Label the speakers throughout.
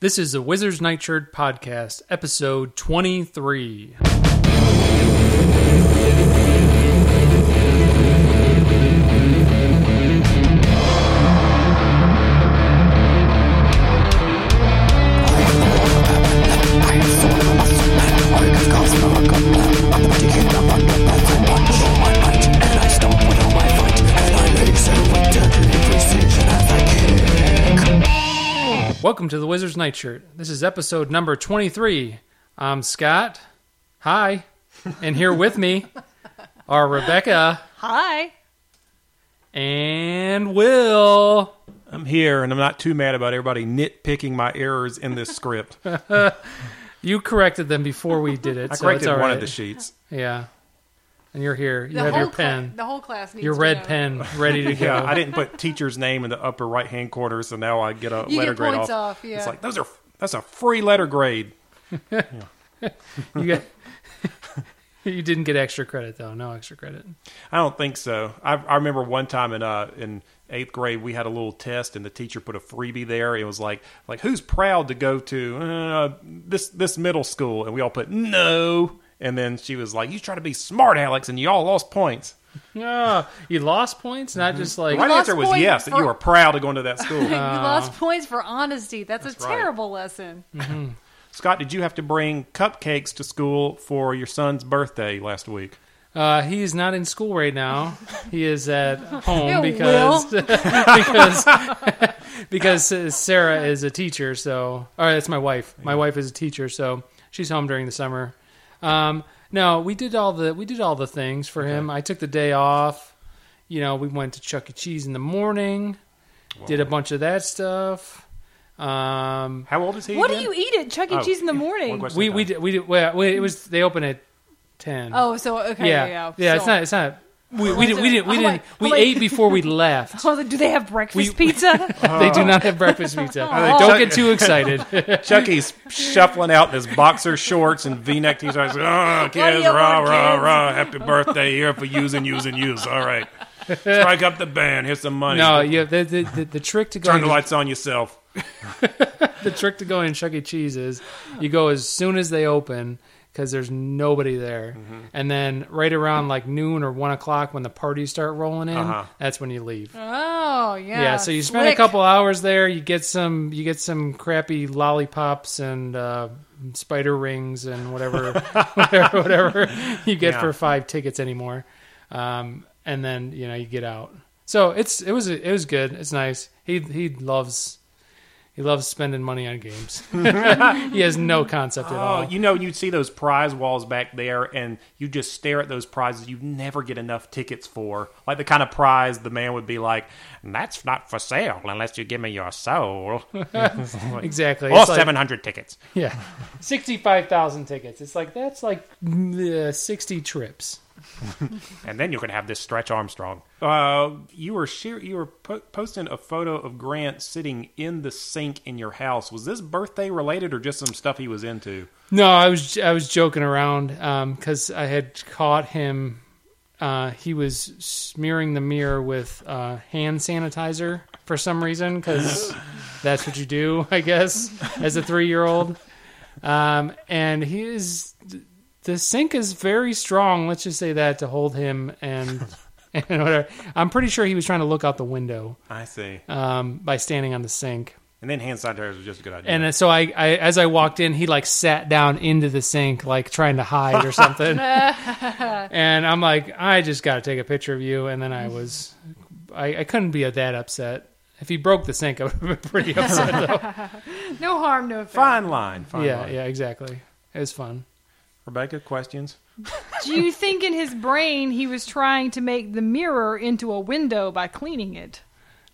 Speaker 1: This is the Wizards Nightshirt Podcast, episode 23. Welcome to the Wizards Nightshirt. This is episode number 23. I'm Scott. Hi. And here with me are Rebecca
Speaker 2: Hi.
Speaker 1: and Will.
Speaker 3: I'm here, and I'm not too mad about everybody nitpicking my errors in this script. I
Speaker 1: You corrected them before we did it, so
Speaker 3: corrected
Speaker 1: it's all
Speaker 3: one
Speaker 1: right.
Speaker 3: of the sheets.
Speaker 1: yeah. And you're here. You have your
Speaker 2: cla-
Speaker 1: pen,
Speaker 2: the whole class needs
Speaker 1: your
Speaker 2: to
Speaker 1: red
Speaker 2: know.
Speaker 1: pen ready to go.
Speaker 3: Yeah, I didn't put teacher's name in the upper right hand corner, so now I get a
Speaker 2: You
Speaker 3: letter
Speaker 2: get
Speaker 3: grade
Speaker 2: points
Speaker 3: off.
Speaker 2: off, yeah.
Speaker 3: It's like those are that's a free letter grade.
Speaker 1: You, got, you didn't get extra credit, though. No extra credit.
Speaker 3: I don't think so. I, I remember one time in uh in eighth grade we had a little test, and the teacher put a freebie there. It was like like who's proud to go to uh, this this middle school, and we all put no. And then she was like, "You try to be smart, Alex, and you all lost points."
Speaker 1: No, Ah, you lost points, not just like.
Speaker 3: The Mm-hmm. right
Speaker 2: lost
Speaker 3: answer was
Speaker 2: points
Speaker 3: yes, that
Speaker 2: for-
Speaker 3: you were proud of going to that school.
Speaker 2: you
Speaker 1: Uh,
Speaker 2: lost points for honesty. That's, a
Speaker 3: right.
Speaker 2: terrible lesson.
Speaker 3: Scott, did you have to bring cupcakes to school for your son's birthday last week?
Speaker 1: Uh, he is not in school right now. He is at home
Speaker 2: Ew,
Speaker 1: because because because uh, Sarah is a teacher. So, all right, that's my wife. My wife is a teacher, so she's home during the summer. Um, no, we did all the we did all the things for him. I took the day off. You know, we went to Chuck E. Cheese in the morning. Did a bunch of that stuff. Um,
Speaker 3: How old is he?
Speaker 2: What do
Speaker 3: again?
Speaker 2: you eat at Chuck E.
Speaker 3: Oh,
Speaker 2: Cheese in the
Speaker 3: yeah.
Speaker 2: morning?
Speaker 3: One question
Speaker 1: we
Speaker 3: at a
Speaker 1: we
Speaker 3: time.
Speaker 1: did, we did, well, we- it was they open at ten.
Speaker 2: Oh, so okay, yeah, yeah.
Speaker 1: It's not. It's not. We, we didn't. We didn't. We
Speaker 2: Oh,
Speaker 1: didn't.
Speaker 2: wait,
Speaker 1: We
Speaker 2: wait.
Speaker 1: ate before we left.
Speaker 2: So, oh, do they have breakfast
Speaker 1: We-
Speaker 2: pizza?
Speaker 1: They do not have breakfast pizza.
Speaker 2: Oh.
Speaker 3: think
Speaker 1: Don't
Speaker 3: Chuck-
Speaker 1: get too excited.
Speaker 3: Chucky's shuffling out in his boxer shorts and V-neck t-shirt. He's like, oh,
Speaker 2: do
Speaker 3: kids,
Speaker 2: you
Speaker 3: rah,
Speaker 2: want,
Speaker 3: rah,
Speaker 2: kids?"
Speaker 3: rah! Happy birthday here for use and use and use. All right, strike up the band. Here's some money.
Speaker 1: No, yeah. The, the, the, the trick to
Speaker 3: turn
Speaker 1: going
Speaker 3: the lights on yourself.
Speaker 1: the trick to going to Chuck E. Cheese is you go as soon as they open because there's nobody there,
Speaker 3: Mm-hmm.
Speaker 1: and then right around like noon or one o'clock when the parties start rolling in,
Speaker 3: Uh-huh.
Speaker 1: that's when you leave.
Speaker 2: oh, yeah.
Speaker 1: yeah, so you spend a
Speaker 2: slick.
Speaker 1: couple hours there. You get some, you get some crappy lollipops and uh, spider rings and whatever, whatever, whatever you get
Speaker 3: Yeah.
Speaker 1: for five tickets anymore. Um, and then you know you get out. So it's it was it was good. It's nice. He he loves he loves spending money on games. he has no concept at
Speaker 3: Oh,
Speaker 1: all.
Speaker 3: you know, you'd see those prize walls back there, and you just stare at those prizes you never get enough tickets for. Like the kind of prize the man would be like, that's not for sale unless you give me your soul.
Speaker 1: exactly.
Speaker 3: All
Speaker 1: It's like-
Speaker 3: 700 tickets.
Speaker 1: Yeah, sixty-five thousand tickets. It's like that's like mm, uh, sixty trips.
Speaker 3: And then you can have this Stretch Armstrong. Uh, you were sheer, you were po- posting a photo of Grant sitting in the sink in your house. Was this birthday related or just some stuff he was into?
Speaker 1: No, I was I was joking around because I had caught him. Uh, he was smearing the mirror with uh, hand sanitizer for some reason because that's what you do, I guess, as a three year old. Um, and he is the sink is very strong. Let's just say that to hold him and and whatever. I'm pretty sure he was trying to look out the window
Speaker 3: I see.
Speaker 1: um, by standing on the sink.
Speaker 3: And then hand sanitizer was just a good idea.
Speaker 1: And so I, I, as I walked in, he like sat down into the sink, like trying to hide or something. and I'm like, I just got to take a picture of you. And then I was, I, I couldn't be that upset. If he broke the sink, I would have been pretty upset.
Speaker 2: No harm, no offense.
Speaker 3: fine line. Fine
Speaker 1: yeah,
Speaker 3: line.
Speaker 1: yeah, exactly. It was fun.
Speaker 3: Rebecca, questions?
Speaker 2: Do you think in his brain he was trying to make the mirror into a window by cleaning it?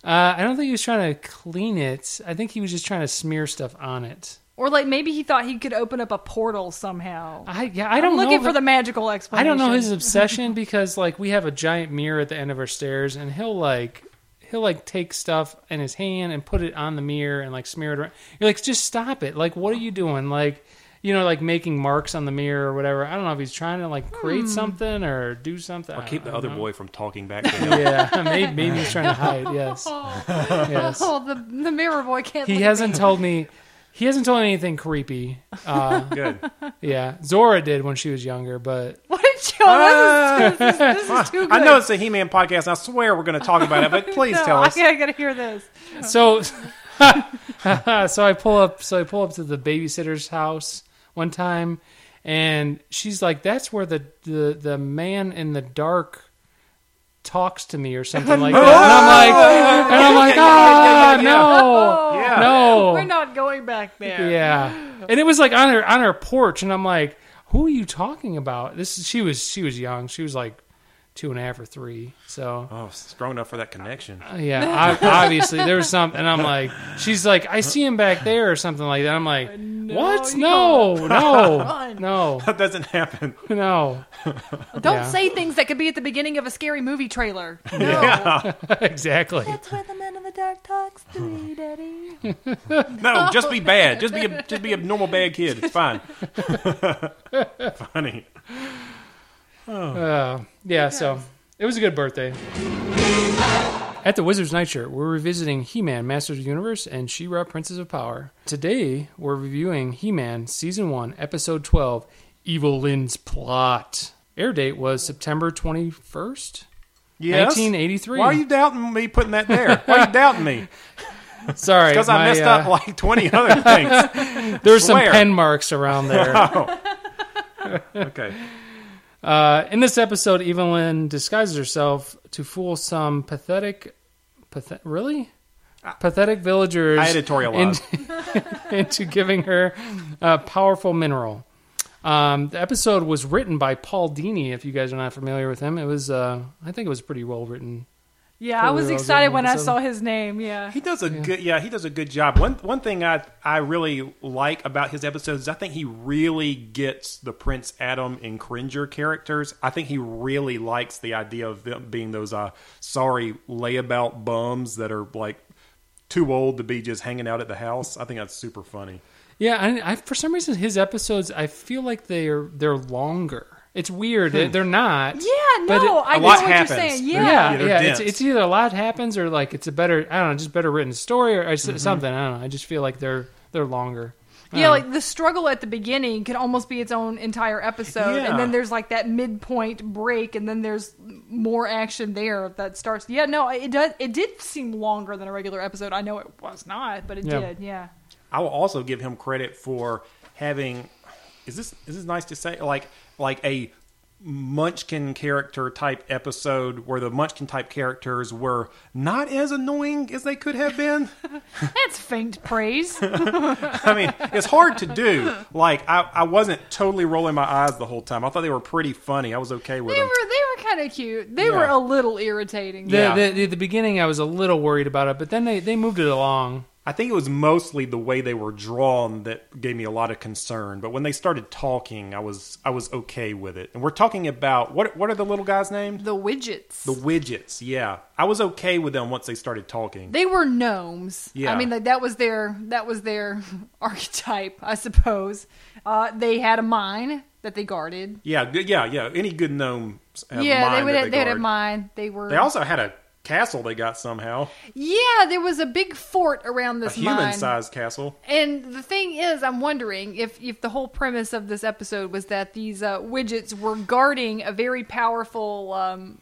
Speaker 1: Uh, I don't think he was trying to clean it. I think he was just trying to smear stuff on it.
Speaker 2: Or like maybe he thought he could open up a portal somehow.
Speaker 1: I yeah, I don't
Speaker 2: I'm
Speaker 1: know
Speaker 2: looking
Speaker 1: that-
Speaker 2: for the magical
Speaker 1: I
Speaker 2: explanation.
Speaker 1: don't know his obsession because like we have a giant mirror at the end of our stairs and he'll like he'll like take stuff in his hand and put it on the mirror and like smear it around. You're like just stop it. Like what are you doing? Like you know like making marks on the mirror or whatever. I don't know if he's trying to like create something or do something.
Speaker 3: Or
Speaker 1: I-
Speaker 3: keep
Speaker 1: I
Speaker 3: the
Speaker 2: Uh,
Speaker 1: don't
Speaker 3: other
Speaker 2: uh-huh.
Speaker 1: know.
Speaker 3: boy from talking back to him.
Speaker 1: Yeah, maybe, maybe he's trying to hide. Yes.
Speaker 2: Oh,
Speaker 1: Yes.
Speaker 2: oh, the, the mirror boy can't
Speaker 1: He
Speaker 2: leave
Speaker 1: hasn't told me He hasn't told anything creepy. Uh,
Speaker 3: Good.
Speaker 1: yeah, Zora did when she was younger, but
Speaker 2: What a joke!
Speaker 1: Ah,
Speaker 2: this, is, this is- this is too good.
Speaker 3: I know it's a He-Man podcast, and I swear we're going to talk about it. But please
Speaker 2: No,
Speaker 3: tell us.
Speaker 2: I, I gotta hear this.
Speaker 1: so so I pull up so I pull up to the babysitter's house one time and she's like that's where the the, the man in the dark talks to me or something like that and I'm like and I'm like ah no
Speaker 2: Oh,
Speaker 3: Yeah.
Speaker 1: no
Speaker 2: we're not going back there.
Speaker 1: yeah and it was like on her on her porch and i'm like who are you talking about this is, she was she was young she was like two and a half or three so
Speaker 3: Oh, strong enough for that connection.
Speaker 1: yeah I, obviously there was something i'm like she's like i see him back there or something like that i'm
Speaker 3: Uh,
Speaker 1: like what
Speaker 2: you
Speaker 1: no no
Speaker 2: Run.
Speaker 1: no
Speaker 3: That doesn't happen.
Speaker 1: no
Speaker 2: Don't
Speaker 1: Yeah.
Speaker 2: say things that could be at the beginning of a scary movie trailer. No.
Speaker 1: exactly
Speaker 2: That's where the man in the dark talks to me, Daddy.
Speaker 3: No, just be bad. Just be a just be a normal bad kid. It's fine. Funny.
Speaker 1: uh, yeah so it was a good birthday At the Wizard's Nightshirt, we're revisiting He Man, Masters of the Universe, and She Ra, Princess of Power. Today, we're reviewing He Man Season 1, Episode 12 Evil Lynn's Plot. Air date was September 21st,
Speaker 3: Yes.
Speaker 1: 1983.
Speaker 3: Why are you doubting me putting that there? Why are you doubting me?
Speaker 1: Sorry.
Speaker 3: Because
Speaker 1: my,
Speaker 3: I messed
Speaker 1: uh,
Speaker 3: up like 20 other things.
Speaker 1: There's some
Speaker 3: swear.
Speaker 1: pen marks around there.
Speaker 3: Okay.
Speaker 1: uh, in this episode, Evil Lynn disguises herself to fool some pathetic. Pathet- really? Pathetic villagers.
Speaker 3: Ah. I editorialized.
Speaker 1: into giving her a powerful mineral. Um, the episode was written by Paul Dini. If you guys are not familiar with him, it was uh, I think it was pretty well written.
Speaker 2: Yeah, I was
Speaker 1: Totally was
Speaker 2: excited
Speaker 1: in
Speaker 2: when I
Speaker 1: episode.
Speaker 2: saw his name. Yeah.
Speaker 3: He does a good yeah, he does a good job. One one thing I I really like about his episodes is I think he really gets the Prince Adam and Cringer characters. I think he really likes the idea of them being those uh sorry layabout bums that are like too old to be just hanging out at the house. I think that's super funny.
Speaker 1: Yeah, I, I for some reason his episodes I feel like they're they're longer. It's weird.
Speaker 3: Hmm.
Speaker 1: They- They're not.
Speaker 2: Yeah,
Speaker 1: But
Speaker 2: no,
Speaker 1: it-
Speaker 2: I
Speaker 3: a
Speaker 2: know
Speaker 3: lot
Speaker 2: what
Speaker 3: happens.
Speaker 2: you're saying.
Speaker 3: They're-
Speaker 2: Yeah.
Speaker 1: Yeah,
Speaker 3: Yeah,
Speaker 1: yeah.
Speaker 3: they're
Speaker 1: it's,
Speaker 3: dense.
Speaker 1: it's either a lot happens or like it's a better I don't know, just better written story or it's
Speaker 3: Mm-hmm.
Speaker 1: something. I don't know. I just feel like they're they're longer. I
Speaker 2: Yeah,
Speaker 1: don't know.
Speaker 2: like the struggle at the beginning could almost be its own entire episode,
Speaker 3: Yeah.
Speaker 2: and then there's like that midpoint break, and then there's more action there that starts. Yeah, no, it does. It did seem longer than a regular episode. I know it was not, but it
Speaker 1: Yeah.
Speaker 2: did. Yeah,
Speaker 3: I will also give him credit for having is this is this nice to say like like a munchkin character type episode where the munchkin type characters were not as annoying as they could have been
Speaker 2: that's faint praise.
Speaker 3: i mean it's hard to do like I, I wasn't totally rolling my eyes the whole time i thought they were pretty funny i was okay with
Speaker 2: They
Speaker 3: them
Speaker 2: were they were kind of cute. They were
Speaker 3: Yeah.
Speaker 2: a little irritating.
Speaker 1: the,
Speaker 3: Yeah.
Speaker 1: the, the the beginning I was a little worried about it, but then they they moved it along.
Speaker 3: i think it was mostly the way they were drawn that gave me a lot of concern but when they started talking i was i was okay with it and we're talking about what what are the little guys named
Speaker 2: The widgets.
Speaker 3: The widgets, yeah. I was okay with them once they started talking.
Speaker 2: they were gnomes. I
Speaker 3: Yeah.
Speaker 2: mean, like, that was their that was their archetype, I suppose. Uh, they had a mine that they guarded.
Speaker 3: yeah, good, yeah, yeah. Any good gnome have
Speaker 2: yeah,
Speaker 3: mind
Speaker 2: they would.
Speaker 3: that
Speaker 2: They, they had a
Speaker 3: guard.
Speaker 2: mine. They were.
Speaker 3: They also had a castle they got somehow,
Speaker 2: yeah, there was a big fort around
Speaker 3: a
Speaker 2: this mine.
Speaker 3: human-sized castle.
Speaker 2: And the thing is, I'm wondering if if the whole premise of this episode was that these uh, widgets were guarding a very powerful um,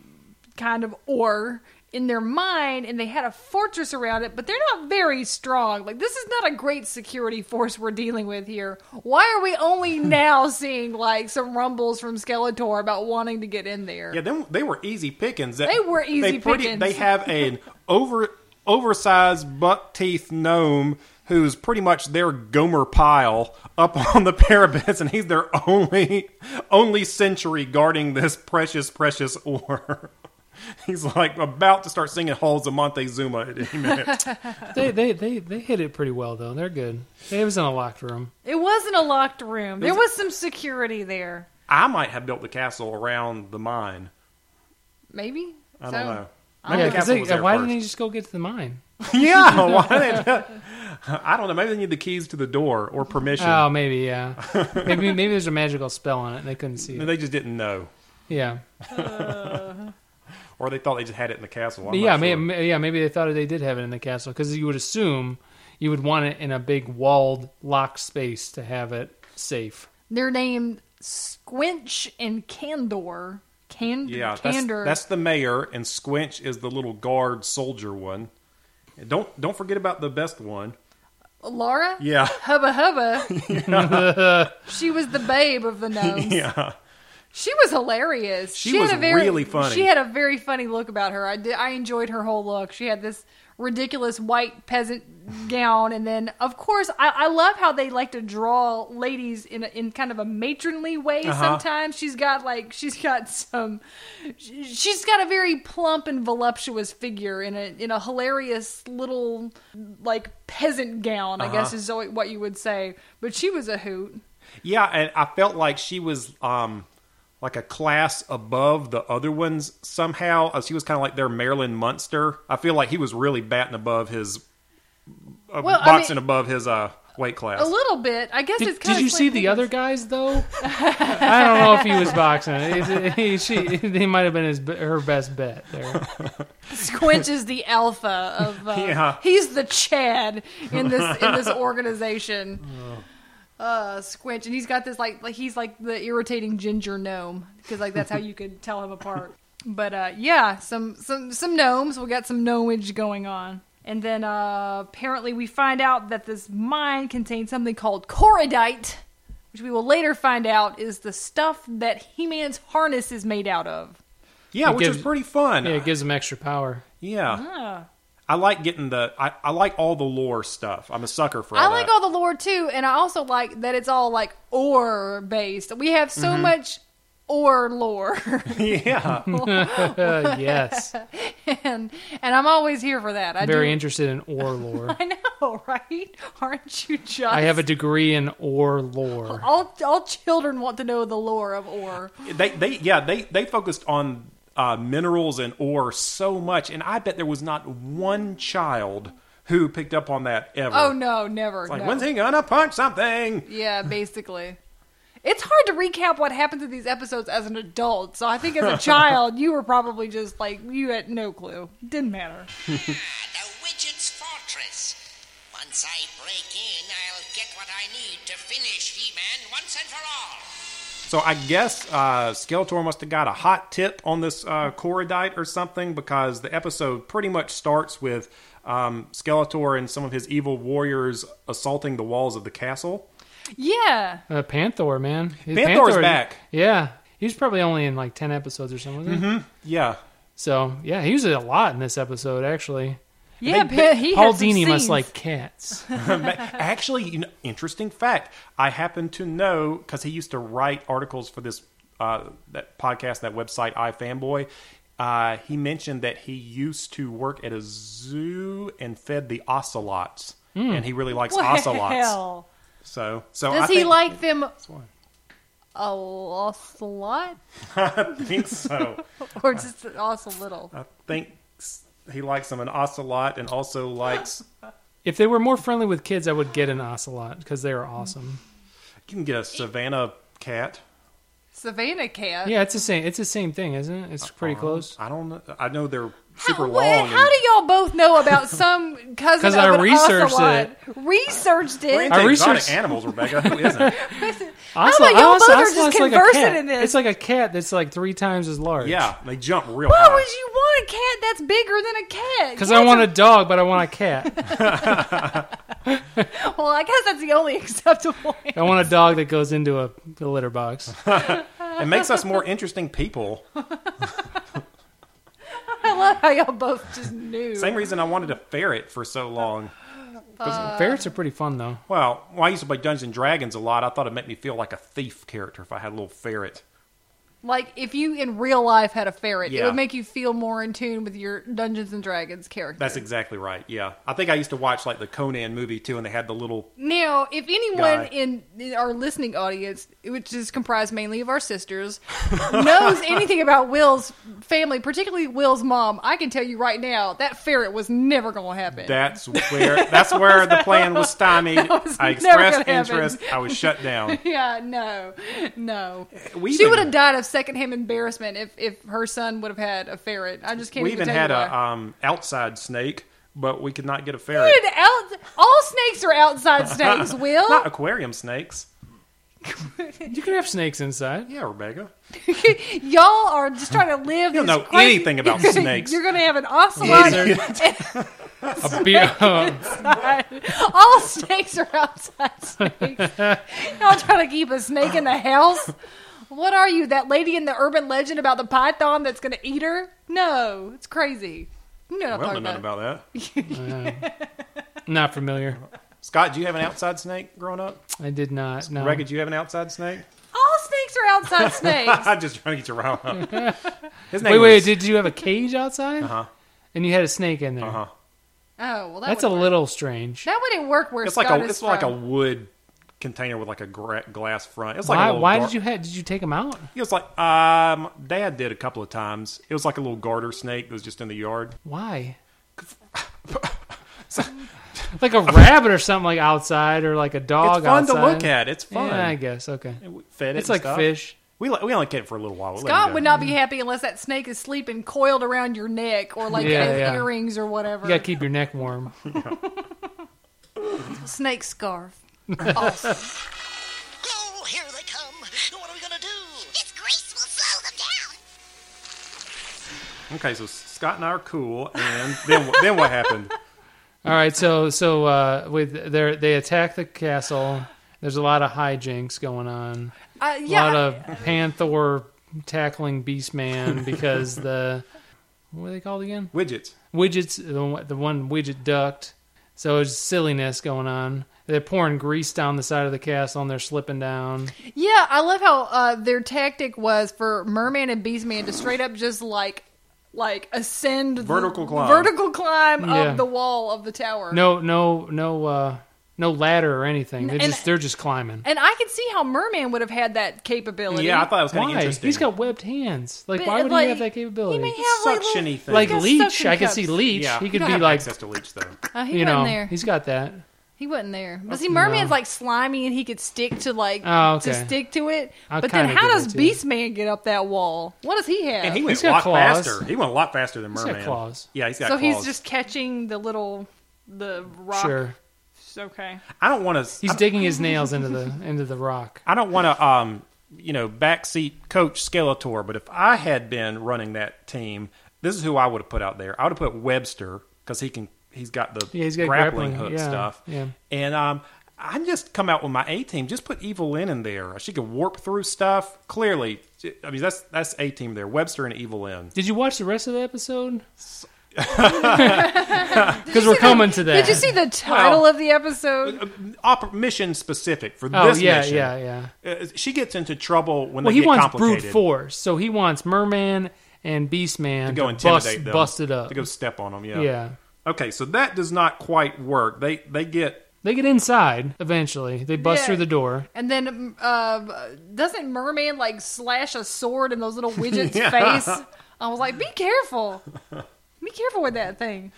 Speaker 2: kind of ore in their mine, and they had a fortress around it, but they're not very strong. Like this is not a great security force we're dealing with here. Why are we only now seeing like some rumbles from Skeletor about wanting to get in there?
Speaker 3: Yeah, them, they were easy pickings. That-
Speaker 2: They were easy
Speaker 3: they
Speaker 2: pickings.
Speaker 3: They have an over oversized buck teeth gnome who's pretty much their Gomer pile up on the parapets, and he's their only only sentry guarding this precious precious ore. He's like about to start singing Halls of Montezuma at any minute.
Speaker 1: they, they, they, they hit it pretty well though. They're good. It was in a locked room.
Speaker 2: It wasn't a locked room. There was some security there.
Speaker 3: I might have built the castle around the mine.
Speaker 2: Maybe.
Speaker 3: I don't know.
Speaker 1: Yeah,
Speaker 3: Maybe the
Speaker 1: 'cause
Speaker 3: castle
Speaker 1: they- uh,
Speaker 3: was there
Speaker 1: why
Speaker 3: first.
Speaker 1: didn't he just go get to the mine?
Speaker 3: yeah, why did I don't know. Maybe they need the keys to the door or permission.
Speaker 1: Oh, maybe yeah. maybe maybe there's a magical spell on it and they couldn't see
Speaker 3: No,
Speaker 1: it.
Speaker 3: they just didn't know,
Speaker 1: Yeah,
Speaker 3: or they thought they just had it in the castle. I'm
Speaker 1: yeah,
Speaker 3: not
Speaker 1: may
Speaker 3: sure.
Speaker 1: may- yeah. Maybe they thought they did have it in the castle because you would assume you would want it in a big walled, locked space to have it safe.
Speaker 2: They're named Squinch and Candor. Can-
Speaker 3: Yeah, that's,
Speaker 2: Candor.
Speaker 3: that's the mayor, and Squinch is the little guard soldier one. And Don't don't forget about the best one.
Speaker 2: Laura?
Speaker 3: Yeah,
Speaker 2: Hubba Hubba. she was the babe of the gnomes.
Speaker 3: yeah.
Speaker 2: She was hilarious.
Speaker 3: She was really funny.
Speaker 2: She had a very funny look about her. I did, I enjoyed her whole look. She had this ridiculous white peasant gown, and then of course I, I love how they like to draw ladies in a, in kind of a matronly way.
Speaker 1: Uh-huh.
Speaker 2: Sometimes she's got like she's got some she- she's got a very plump and voluptuous figure in a in a hilarious little like peasant gown.
Speaker 1: Uh-huh.
Speaker 2: I guess is what you would say. But she was a hoot.
Speaker 3: Yeah, and I felt like she was um like a class above the other ones somehow. Uh, She was kind of like their Marilyn Munster. I feel like he was really batting above his uh,
Speaker 2: Well, I
Speaker 3: boxing
Speaker 2: mean-
Speaker 3: above his uh weight class.
Speaker 2: A little bit, I guess.
Speaker 1: Did,
Speaker 2: it's kind
Speaker 1: did
Speaker 2: of
Speaker 1: you see the other guys though? I don't know if he was boxing. It- it- she, they might have been his her best bet there.
Speaker 2: Squinch is the alpha of. Uh,
Speaker 3: Yeah.
Speaker 2: He's the Chad in this in this organization. Uh, Squinch, and he's got this like, like he's like the irritating ginger gnome because like that's how you could tell him apart. But uh, yeah, some some some gnomes. We got some gnomage going on, and then uh, apparently we find out that this mine contains something called chorodite, which we will later find out is the stuff that He-Man's harness is made out of.
Speaker 3: yeah,
Speaker 1: It
Speaker 3: which was
Speaker 1: gives-
Speaker 3: pretty fun.
Speaker 1: Yeah,
Speaker 3: Yeah.
Speaker 1: it gives him extra power.
Speaker 2: Ah.
Speaker 3: I like getting the I, I like all the lore stuff. I'm a sucker for
Speaker 2: I
Speaker 3: all
Speaker 2: like
Speaker 3: that.
Speaker 2: all the lore too, and I also like that it's all like or based. We have
Speaker 1: Mm-hmm.
Speaker 2: so much or lore,
Speaker 3: yeah.
Speaker 1: Uh, yes,
Speaker 2: and and I'm always here for that. I
Speaker 1: very
Speaker 2: do.
Speaker 1: interested in ore lore.
Speaker 2: I know, right? Aren't you just?
Speaker 1: I have a degree in ore lore.
Speaker 2: All all children want to know the lore of or.
Speaker 3: they they yeah they they focused on uh, minerals and ore so much, and I bet there was not one child who picked up on that ever.
Speaker 2: Oh no, never.
Speaker 3: like
Speaker 2: no.
Speaker 3: when's he gonna punch something?
Speaker 2: Yeah, basically. It's hard to recap what happened to these episodes as an adult, so I think as a child, you were probably just like, you had no clue. Didn't matter.
Speaker 4: The Widget's Fortress. Once I break in, I'll get what I need to finish He-Man once and for all.
Speaker 3: So I guess uh, Skeletor must have got a hot tip on this uh, Chorodite or something because the episode pretty much starts with um, Skeletor and some of his evil warriors assaulting the walls of the castle.
Speaker 2: Yeah.
Speaker 1: Uh, Panther, man.
Speaker 3: Panther's back.
Speaker 1: Yeah, he was probably only in like ten episodes or something. Wasn't he?
Speaker 3: Yeah,
Speaker 1: So yeah, he was a lot in this episode actually.
Speaker 2: Yeah,
Speaker 3: They-
Speaker 2: Pa- he
Speaker 1: Paul
Speaker 2: had some
Speaker 1: Dini must
Speaker 2: scenes.
Speaker 1: like cats.
Speaker 3: But actually, you know, interesting fact. I happen to know because he used to write articles for this uh, that podcast, that website, iFanboy. Uh, he mentioned that he used to work at a zoo and fed the ocelots, and he really likes ocelots.
Speaker 2: Well,
Speaker 3: So, so
Speaker 2: Hmm. Does
Speaker 3: I
Speaker 2: he
Speaker 3: think,
Speaker 2: like them
Speaker 3: one.
Speaker 2: a ocelot
Speaker 3: I think so.
Speaker 2: or just an ocelittle?
Speaker 3: I think s- he likes them an ocelot, and also likes.
Speaker 1: if they were more friendly with kids, I would get an ocelot because they
Speaker 2: Mm.
Speaker 1: are awesome.
Speaker 3: You can get a Savannah cat.
Speaker 2: Savannah cat.
Speaker 1: Yeah, it's the same. It's the same thing, isn't it? It's
Speaker 3: Uh-huh.
Speaker 1: pretty close.
Speaker 3: I don't. know. I know they're
Speaker 2: how,
Speaker 3: super long.
Speaker 2: wait,
Speaker 3: and-
Speaker 2: how do y'all both know about some cousin
Speaker 1: 'Cause
Speaker 2: of
Speaker 1: I
Speaker 2: an
Speaker 1: researched
Speaker 2: ocelot? Researched
Speaker 3: We're
Speaker 2: it.
Speaker 3: into
Speaker 1: I
Speaker 3: exotic
Speaker 1: researched-
Speaker 3: animals, Rebecca. Who isn't?
Speaker 1: Ocelot,
Speaker 2: about y'all
Speaker 1: ocelot-
Speaker 2: both are just
Speaker 1: ocelot's like a
Speaker 2: conversant
Speaker 1: cat.
Speaker 2: in this?
Speaker 1: It's like a cat that's like three times as large.
Speaker 3: Yeah, they jump real
Speaker 2: Why
Speaker 3: high.
Speaker 2: would you want a cat that's bigger than a cat?
Speaker 1: Because I
Speaker 2: Cats
Speaker 1: want
Speaker 2: are-
Speaker 1: a dog, but I want a cat.
Speaker 2: Well, I guess that's the only acceptable.
Speaker 1: I want a dog that goes into a, a litter box.
Speaker 3: It makes us more interesting people.
Speaker 2: I love how y'all both just knew.
Speaker 3: Same reason I wanted a ferret for so long.
Speaker 1: Ferrets are pretty fun though.
Speaker 3: Well, when I used to play Dungeons and Dragons a lot. I thought it made me feel like a thief character if I had a little ferret.
Speaker 2: Like if you in real life had a ferret, it
Speaker 3: Yeah.
Speaker 2: would make you feel more in tune with your Dungeons and Dragons character.
Speaker 3: That's exactly right. Yeah, I think I used to watch like the Conan movie too, and they had the little.
Speaker 2: Now, if anyone
Speaker 3: Guy.
Speaker 2: in, in our listening audience, which is comprised mainly of our sisters, knows anything about Will's family, particularly Will's mom, I can tell you right now that ferret was never going to happen.
Speaker 3: That's where that's where the plan was stymied.
Speaker 2: was
Speaker 3: I
Speaker 2: never gonna
Speaker 3: expressed
Speaker 2: happen.
Speaker 3: interest. I was shut down.
Speaker 2: yeah, no, no.
Speaker 3: Eh, We
Speaker 2: she
Speaker 3: even-
Speaker 2: would have died of secondhand embarrassment if, if her son would have had a ferret. I just can't.
Speaker 3: We
Speaker 2: even,
Speaker 3: even
Speaker 2: tell
Speaker 3: had
Speaker 2: you
Speaker 3: a
Speaker 2: why.
Speaker 3: um, outside snake but we could not get a ferret.
Speaker 2: Dude, out, all snakes are outside snakes, Will.
Speaker 3: Not aquarium snakes.
Speaker 1: You can have snakes inside.
Speaker 3: Yeah, Rebecca.
Speaker 2: Y'all are just trying to live.
Speaker 3: You don't
Speaker 2: this
Speaker 3: know
Speaker 2: crazy-
Speaker 3: anything about
Speaker 2: You're-
Speaker 3: snakes.
Speaker 2: You're going to have an ocelot
Speaker 1: Lizard. A be- uh,
Speaker 2: outside. All snakes are outside snakes. Y'all trying to keep a snake in the house? What are you, that lady in the urban legend about the python that's going to eat her? No, it's crazy. You know what I'm
Speaker 3: Well, I don't
Speaker 2: talking
Speaker 3: know
Speaker 2: about.
Speaker 3: about that.
Speaker 1: not familiar.
Speaker 3: Scott, do you have an outside snake growing up?
Speaker 1: I did not. No.
Speaker 3: Rebecca, do you have an outside snake?
Speaker 2: All snakes are outside snakes.
Speaker 3: I'm just trying to get you riled up. His name
Speaker 1: Wait, wait.
Speaker 3: was-
Speaker 1: Did you have a cage outside? Uh
Speaker 3: Uh-huh.
Speaker 1: And you had a snake in there.
Speaker 3: Uh-huh.
Speaker 2: Oh well, that
Speaker 1: That's a
Speaker 2: would work.
Speaker 1: little strange.
Speaker 2: That wouldn't work. Where
Speaker 3: It's like
Speaker 2: Scott
Speaker 3: a
Speaker 2: is
Speaker 3: it's like a
Speaker 2: from.
Speaker 3: wood container with like a gra- glass front. It's like a
Speaker 1: Why?
Speaker 3: little
Speaker 1: Why
Speaker 3: gar-
Speaker 1: did you have? Did you take them out?
Speaker 3: It was like um, Dad did a couple of times. It was like a little garter snake that was just in the yard.
Speaker 1: Why? like a rabbit or something like outside, or like a dog.
Speaker 3: it's fun
Speaker 1: outside.
Speaker 3: to look at. It's fun.
Speaker 1: Yeah, I guess. Okay.
Speaker 3: And we fed it.
Speaker 1: It's
Speaker 3: and
Speaker 1: like
Speaker 3: stuff.
Speaker 1: fish.
Speaker 3: We let- we only kept it for a little while. We let it
Speaker 2: Scott
Speaker 3: go.
Speaker 2: would not be happy unless that snake is sleeping coiled around your neck or like
Speaker 1: Yeah,
Speaker 2: has
Speaker 1: yeah.
Speaker 2: earrings or whatever.
Speaker 1: You gotta keep your neck warm.
Speaker 2: Snake scarf.
Speaker 4: Oh, here they come. What are we gonna do? This grease will slow them down.
Speaker 3: Okay, so Scott and I are cool, and then wh- then what happened?
Speaker 1: All right, so so uh, with their they attack the castle. There's a lot of hijinks going on.
Speaker 2: Uh,
Speaker 1: A
Speaker 2: yeah,
Speaker 1: lot of Panther tackling Beastman because the what are they called again?
Speaker 3: Widgets.
Speaker 1: Widgets the one- the one widget ducked. So it's silliness going on. They're pouring grease down the side of the castle and they're slipping down.
Speaker 2: yeah. I love how uh, their tactic was for Merman and Beastman to straight up just like like ascend the-
Speaker 3: Vertical climb.
Speaker 2: vertical climb
Speaker 1: Yeah.
Speaker 2: of the wall of the tower.
Speaker 1: No, no, no, uh, no ladder or anything. They
Speaker 2: And-
Speaker 1: just they're just climbing.
Speaker 2: And I can see how Merman would have had that capability.
Speaker 3: Yeah, I thought it was kind of
Speaker 1: Why?
Speaker 3: interesting.
Speaker 1: He's got webbed hands. Like
Speaker 2: But,
Speaker 1: why would
Speaker 2: like,
Speaker 1: he have that capability?
Speaker 2: he may have like, little-
Speaker 3: suctiony thing.
Speaker 1: like
Speaker 2: got
Speaker 1: Leech,
Speaker 2: suction
Speaker 1: I can
Speaker 2: cups.
Speaker 1: see Leech.
Speaker 3: yeah,
Speaker 1: He
Speaker 3: you
Speaker 1: could
Speaker 3: don't
Speaker 1: be
Speaker 3: have
Speaker 1: like
Speaker 3: access to leech though.
Speaker 2: Uh, he
Speaker 1: you
Speaker 2: wasn't
Speaker 1: know,
Speaker 2: there.
Speaker 1: he's got that.
Speaker 2: He wasn't there. But see, Merman's like slimy and he could stick to like
Speaker 1: Oh, okay.
Speaker 2: to stick to it.
Speaker 1: I
Speaker 2: but then
Speaker 1: kinda
Speaker 2: how
Speaker 1: get
Speaker 2: does
Speaker 1: it, too.
Speaker 2: Beastman get up that wall? What does he have?
Speaker 3: And he went a
Speaker 1: got
Speaker 3: lot
Speaker 1: claws.
Speaker 3: faster. He went a lot faster than
Speaker 1: got
Speaker 3: Merman.
Speaker 1: claws.
Speaker 3: Yeah, he's got
Speaker 2: so
Speaker 3: claws.
Speaker 2: he's just catching the little the rock.
Speaker 1: Sure.
Speaker 2: Okay.
Speaker 3: I don't want to.
Speaker 1: He's digging his nails into the into the rock.
Speaker 3: I don't want to, um, you know, backseat coach Skeletor, but if I had been running that team, this is who I would have put out there. I would have put Webster because he can. He's got the
Speaker 1: Yeah, he's got
Speaker 3: grappling,
Speaker 1: grappling,
Speaker 3: hook
Speaker 1: yeah,
Speaker 3: stuff.
Speaker 1: yeah.
Speaker 3: And um, I just come out with my A team. Just put Evil Lynn in there. She can warp through stuff. Clearly, I mean that's that's A team there. Webster and Evil Lynn.
Speaker 1: Did you watch the rest of the episode? Because we're coming to that.
Speaker 2: Did you see the title
Speaker 3: Well-
Speaker 2: of the episode?
Speaker 3: Uh, Op- mission specific for
Speaker 1: Oh
Speaker 3: this
Speaker 1: yeah,
Speaker 3: mission.
Speaker 1: yeah, yeah.
Speaker 3: Uh, she gets into trouble when
Speaker 1: Well,
Speaker 3: they
Speaker 1: he
Speaker 3: get
Speaker 1: wants brute
Speaker 3: complicated.
Speaker 1: force, so he wants Merman and Beastman
Speaker 3: to go
Speaker 1: bust,
Speaker 3: intimidate them,
Speaker 1: bust it up.
Speaker 3: to go step on them. Yeah.
Speaker 1: yeah,
Speaker 3: Okay, so that does not quite work. They they get
Speaker 1: they get inside eventually. They bust
Speaker 2: Yeah.
Speaker 1: through the door.
Speaker 2: And then um, uh, doesn't Merman like slash a sword in those little widgets'
Speaker 3: Yeah.
Speaker 2: face? I was like, be careful. Be careful with that thing.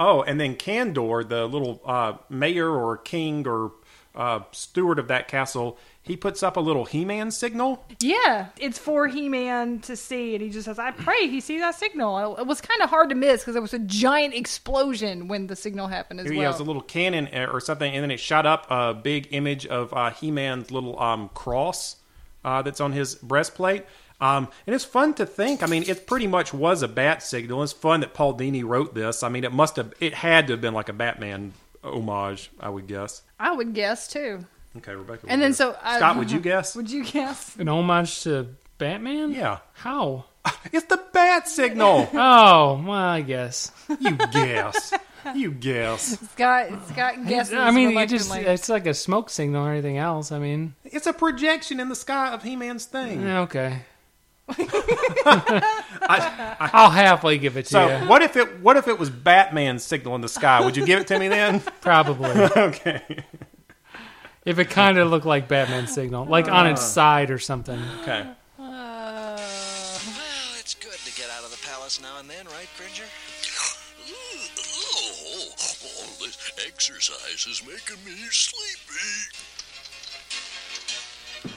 Speaker 3: oh, and then Candor, the little uh, mayor or king or uh, steward of that castle, he puts up a little He-Man signal.
Speaker 2: Yeah, it's for He Man to see, and he just says, "I pray he sees that signal." It- It was kind of hard to miss because there was a giant explosion when the signal happened as
Speaker 3: Yeah, it
Speaker 2: well.
Speaker 3: was a little cannon eh, or something, and then it shot up a big image of uh, He-Man's little um, cross uh, that's on his breastplate. Um, and it's fun to think. I mean, it pretty much was a bat signal. It's fun that Paul Dini wrote this. I mean, it must have, it had to have been like a Batman homage, I would guess.
Speaker 2: I would guess too.
Speaker 3: Okay, Rebecca.
Speaker 2: And then
Speaker 3: we'll do it.
Speaker 2: so I-
Speaker 3: Scott, uh, would you guess?
Speaker 2: Would you guess?
Speaker 1: An homage to Batman.
Speaker 3: Yeah.
Speaker 1: How?
Speaker 3: It's the bat signal.
Speaker 1: Oh, well, I guess.
Speaker 3: you guess. You guess.
Speaker 2: Scott, Scott guesses.
Speaker 1: I mean, you
Speaker 2: reluctantly.
Speaker 1: just—it's like a smoke signal or anything else. I mean,
Speaker 3: It's a projection in the sky of He-Man's thing.
Speaker 1: okay.
Speaker 3: I-
Speaker 1: I'll halfway give it to
Speaker 3: so
Speaker 1: you.
Speaker 3: what if it what if it was Batman's signal in the sky? Would you give it to me then?
Speaker 1: Probably.
Speaker 3: okay.
Speaker 1: If it kind of looked like Batman's signal, like on
Speaker 3: Uh.
Speaker 1: its side or something.
Speaker 3: Okay.
Speaker 2: Uh,
Speaker 5: Well, it's good to get out of the palace now and then, right, Cringer?
Speaker 4: Ooh, ooh, all Oh, this exercise is making me sleepy.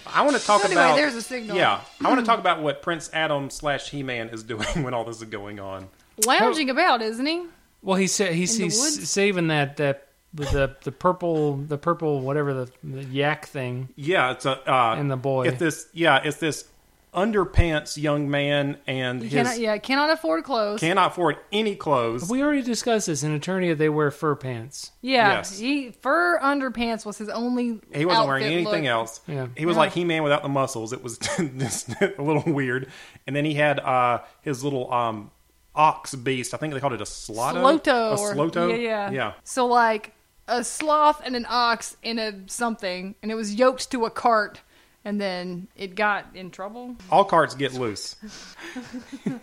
Speaker 3: I want to talk
Speaker 2: So anyway,
Speaker 3: about
Speaker 2: there's a signal.
Speaker 3: Yeah. I want to talk about what Prince Adam slash He-Man is doing when all this is going on.
Speaker 2: lounging about, isn't he?
Speaker 1: Well, he said he's,
Speaker 2: In the
Speaker 1: he's
Speaker 2: woods?
Speaker 1: saving that that the the purple the purple whatever the, the yak thing.
Speaker 3: Yeah, it's a uh,
Speaker 1: And the boy.
Speaker 3: It's this. Yeah, it's this underpants young man and
Speaker 2: You
Speaker 3: his
Speaker 2: cannot, yeah, cannot afford clothes.
Speaker 3: cannot afford any clothes.
Speaker 1: We already discussed this in Eternia. They wear fur pants.
Speaker 2: yeah,
Speaker 3: Yes.
Speaker 2: he fur underpants was his only.
Speaker 3: he wasn't
Speaker 2: outfit
Speaker 3: wearing
Speaker 2: look.
Speaker 3: anything else.
Speaker 1: Yeah.
Speaker 3: He was like He Man without the muscles. It was just a little weird. And then he had uh, his little um, ox beast. I think they called it a sloto.
Speaker 2: Sloto.
Speaker 3: A
Speaker 2: or-
Speaker 3: sloto.
Speaker 2: Yeah, yeah.
Speaker 3: Yeah.
Speaker 2: So, like, a sloth and an ox and a something, and it was yoked to a cart, and then it got in trouble.
Speaker 3: All carts get loose.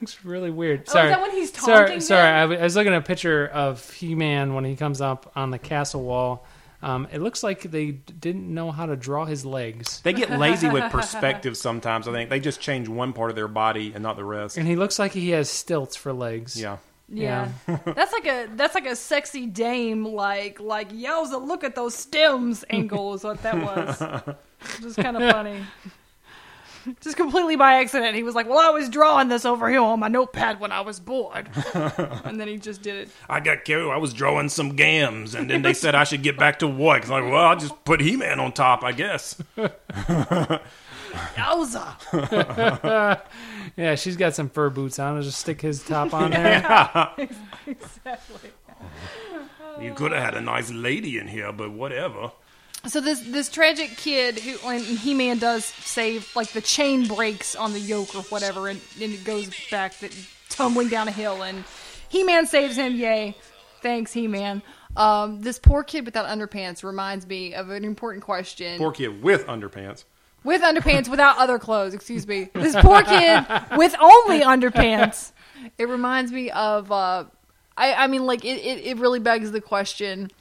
Speaker 1: It's really weird.
Speaker 2: Oh, is
Speaker 1: Sorry.
Speaker 2: that when he's
Speaker 1: Sorry,
Speaker 2: taunting
Speaker 1: sorry.
Speaker 2: them?
Speaker 1: I w- I was looking at a picture of He-Man when he comes up on the castle wall. Um, it looks like they d- didn't know how to draw his legs,
Speaker 3: They get lazy with perspective sometimes. I think they just change one part of their body and not the rest.
Speaker 1: and he looks like he has stilts for legs.
Speaker 3: Yeah.
Speaker 2: Yeah. that's like a that's like a sexy dame like like yells a look at those stems angle is what that was. Just kind of funny. Just completely by accident. He was like, Well I was drawing this over here on my notepad when I was bored. and then he just did it.
Speaker 3: I got killed. I was drawing some gams, and then they said I should get back to what? Because like, well, I'll just put He Man on top, I guess.
Speaker 2: Yowza.
Speaker 1: yeah. She's got some fur boots on. I'll just stick his top on there.
Speaker 3: You could have had a nice lady in here, but whatever.
Speaker 2: So this this tragic kid who and He Man does save like the chain breaks on the yoke or whatever and, and it goes back that tumbling down a hill and He Man saves him, yay. Thanks, He Man. Um, this poor kid without underpants reminds me of an important question.
Speaker 3: Poor kid with underpants.
Speaker 2: with underpants without other clothes, excuse me. This poor kid with only underpants. It reminds me of uh I, I mean like it, it, it really begs the question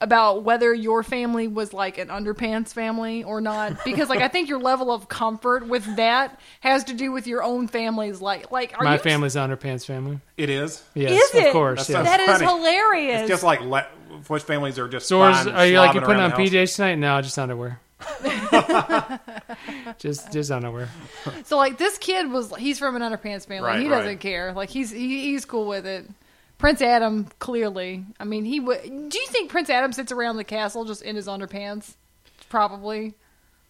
Speaker 2: about whether your family was like an underpants family or not because like i think your level of comfort with that has to do with your own family's like like are
Speaker 1: My
Speaker 2: you
Speaker 1: family's the underpants family.
Speaker 3: It is.
Speaker 1: Yes,
Speaker 2: Is it?
Speaker 1: of course.
Speaker 3: That
Speaker 1: yes.
Speaker 3: sounds
Speaker 2: that is
Speaker 3: funny.
Speaker 2: hilarious
Speaker 3: It's just like la- which families are just.
Speaker 1: So, is-
Speaker 3: fine
Speaker 1: are you like you
Speaker 3: slobbing
Speaker 1: putting
Speaker 3: around
Speaker 1: on
Speaker 3: the house.
Speaker 1: PJs tonight? No, just underwear. just just underwear.
Speaker 2: So like this kid was he's from an underpants family.
Speaker 3: Right,
Speaker 2: he
Speaker 3: right.
Speaker 2: doesn't care. Like he's he, he's cool with it. Prince Adam clearly. I mean, he would. Do you think Prince Adam sits around the castle just in his underpants? Probably.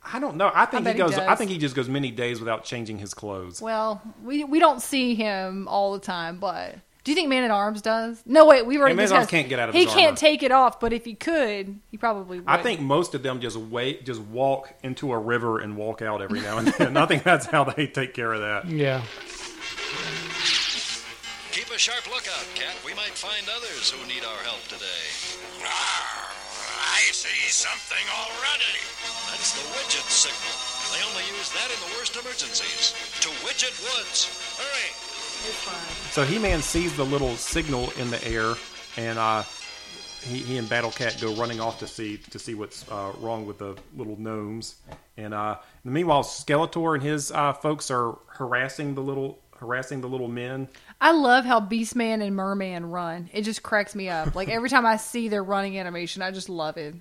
Speaker 3: I don't know. I think
Speaker 2: bet
Speaker 3: he
Speaker 2: he
Speaker 3: goes. I
Speaker 2: does.
Speaker 3: think he just goes many days without changing his clothes.
Speaker 2: Well, we we don't see him all the time, but do you think Man at Arms does? No, wait, we already
Speaker 3: Yeah, Man at Arms
Speaker 2: discussed-
Speaker 3: can't get out of
Speaker 2: He
Speaker 3: his
Speaker 2: can't
Speaker 3: armor.
Speaker 2: take it off, but if he could, he probably would.
Speaker 3: I think most of them just wait, just walk into a river and walk out every now and then. I think that's how they take care of that.
Speaker 1: Yeah.
Speaker 5: Keep a sharp lookout, Cat. We might find others who need our help today.
Speaker 4: Ah, I see something already.
Speaker 5: That's the widget signal. They only use that in the worst emergencies. To Widget Woods. Hurry!
Speaker 3: So He Man sees the little signal in the air, and uh, he, he and Battle Cat go running off to see to see what's uh, wrong with the little gnomes. And uh, meanwhile, Skeletor and his uh, folks are harassing the little harassing the little men.
Speaker 2: I love how Beastman and Merman run. It just cracks me up. Like every time I see their running animation, I just love it.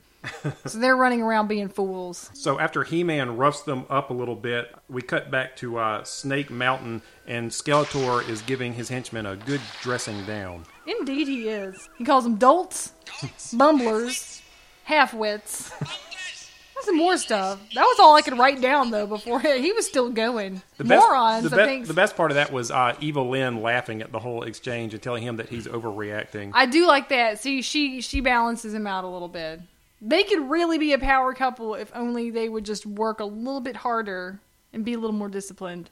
Speaker 2: So they're running around being fools.
Speaker 3: So after He Man roughs them up a little bit, we cut back to uh, Snake Mountain, and Skeletor is giving his henchmen a good dressing down.
Speaker 2: Indeed, he is. He calls them dolts, bumblers, half-wits. That's some more stuff. That was all I could write down though before he was still going. Morons,
Speaker 3: the,
Speaker 2: I
Speaker 3: be-
Speaker 2: think.
Speaker 3: the best part of that was uh, Evil Lyn laughing at the whole exchange and telling him that he's overreacting.
Speaker 2: I do like that. See, she she balances him out a little bit. They could really be a power couple if only they would just work a little bit harder and be a little more disciplined.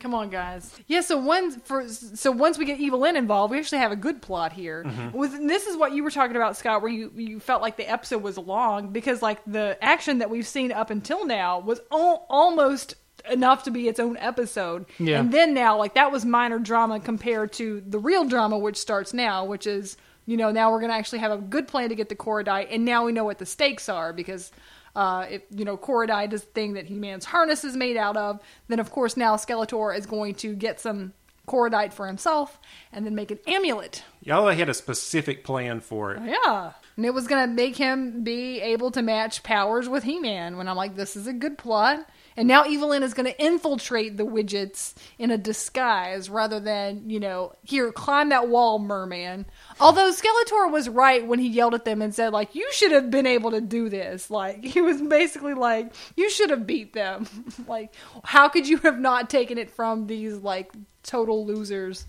Speaker 2: Come on, guys. Yeah. So once for so once we get Evil Lyn involved, we actually have a good plot here. With and this is what you were talking about, Scott, where you you felt like the episode was long because like the action that we've seen up until now was al- almost enough to be its own episode.
Speaker 1: Yeah.
Speaker 2: And then now, like that was minor drama compared to the real drama which starts now, which is you know now we're going to actually have a good plan to get the Korodai, and now we know what the stakes are because. Uh, if you know Korodai does the thing that He Man's harness is made out of, then of course now Skeletor is going to get some Korodite for himself and then make an amulet.
Speaker 3: Y'all had a specific plan for it.
Speaker 2: Yeah, and it was gonna make him be able to match powers with He-Man. When I'm like, this is a good plot. And now Evelyn is gonna infiltrate the widgets in a disguise rather than you know here climb that wall, merman. Although Skeletor was right when he yelled at them and said like, you should have been able to do this. Like he was basically like, you should have beat them. like how could you have not taken it from these like total losers?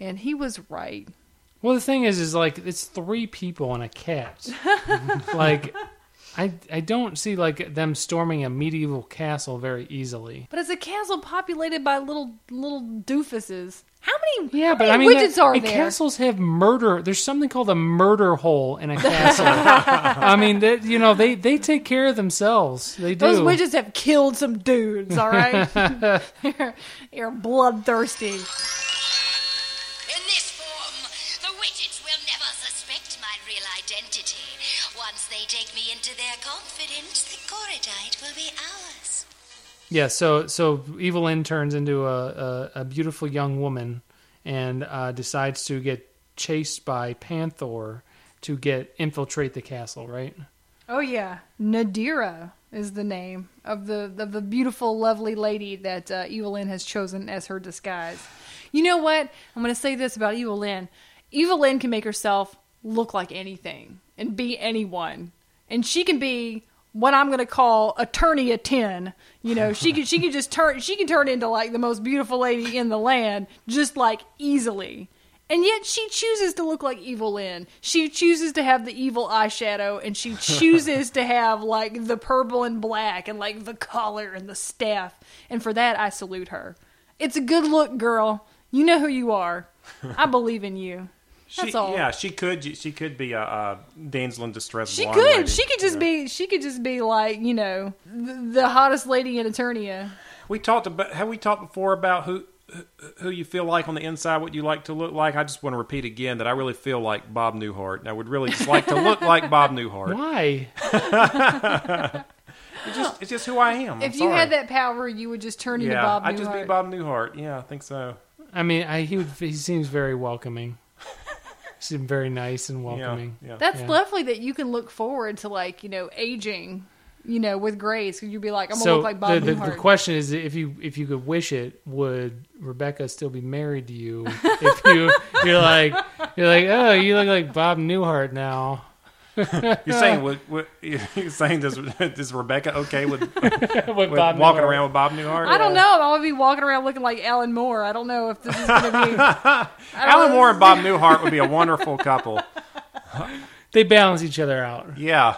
Speaker 2: And he was right.
Speaker 1: Well, the thing is, is like it's three people and a cat. like, I I don't see like them storming a medieval castle very easily.
Speaker 2: But it's a castle populated by little little doofuses. How many?
Speaker 1: Yeah,
Speaker 2: how
Speaker 1: but
Speaker 2: many
Speaker 1: I mean,
Speaker 2: widgets
Speaker 1: that-
Speaker 2: are
Speaker 1: and
Speaker 2: there?
Speaker 1: castles have murder. There's something called a murder hole in a castle. I mean, that you know, they they take care of themselves. They do.
Speaker 2: Those widgets have killed some dudes. All right, you're, you're bloodthirsty.
Speaker 6: In this form, the widgets will never suspect my real identity. Once they take me into their confidence, the Corridite will be ours.
Speaker 1: Yeah. So so Evelyn turns into a a, a beautiful young woman and uh, decides to get chased by Panther to get infiltrate the castle. Right.
Speaker 2: Oh yeah, Nadira is the name of the of the beautiful, lovely lady that uh, Evelyn has chosen as her disguise. You know what? I'm going to say this about Evelyn. Evelyn can make herself look like anything and be anyone, and she can be what I'm going to call attorney at ten. You know, she can she can just turn she can turn into like the most beautiful lady in the land just like easily. And yet she chooses to look like Evil Lyn. She chooses to have the evil eyeshadow and she chooses to have like the purple and black and like the collar and the staff. And for that I salute her. It's a good look, girl. You know who you are. I believe in you. That's
Speaker 3: she,
Speaker 2: all.
Speaker 3: Yeah, she could. She could be a, a Danzlin distress.
Speaker 2: She
Speaker 3: blonde
Speaker 2: could.
Speaker 3: lady.
Speaker 2: She could just
Speaker 3: Yeah.
Speaker 2: be she could just be like, you know, the, the hottest lady in Eternia.
Speaker 3: We talked about. Have we talked before about who? who- Who you feel like on the inside, what you like to look like. I just want to repeat again that I really feel like Bob Newhart, and I would really just like to look like Bob Newhart.
Speaker 1: Why?
Speaker 3: It's just, it's just who I am. I'm
Speaker 2: if you had
Speaker 3: sorry.
Speaker 2: that power, you would just turn into
Speaker 3: yeah,
Speaker 2: Bob Newhart.
Speaker 3: I'd just be Bob Newhart. Yeah, I think so.
Speaker 1: I mean, I, he would, he seems very welcoming. seems very nice and welcoming.
Speaker 3: Yeah, yeah.
Speaker 2: That's
Speaker 1: Yeah.
Speaker 2: lovely that you can look forward to like you know aging, you know, with grace. You'd be like, I'm gonna
Speaker 1: So
Speaker 2: look like Bob
Speaker 1: the, the, the
Speaker 2: Newhart.
Speaker 1: question is, if you if you could wish it, would Rebecca still be married to you? If you you're like you're like oh you look like Bob Newhart now.
Speaker 3: You're saying what, what, you're saying does is Rebecca okay with, with
Speaker 1: With Bob
Speaker 3: walking
Speaker 1: Newhart.
Speaker 3: around with Bob Newhart?
Speaker 2: I don't know. I'll be walking around looking like Alan Moore. I don't know if this is gonna be. I don't
Speaker 3: Alan
Speaker 2: know.
Speaker 3: Moore and Bob Newhart would be a wonderful couple.
Speaker 1: They balance each other out.
Speaker 3: Yeah.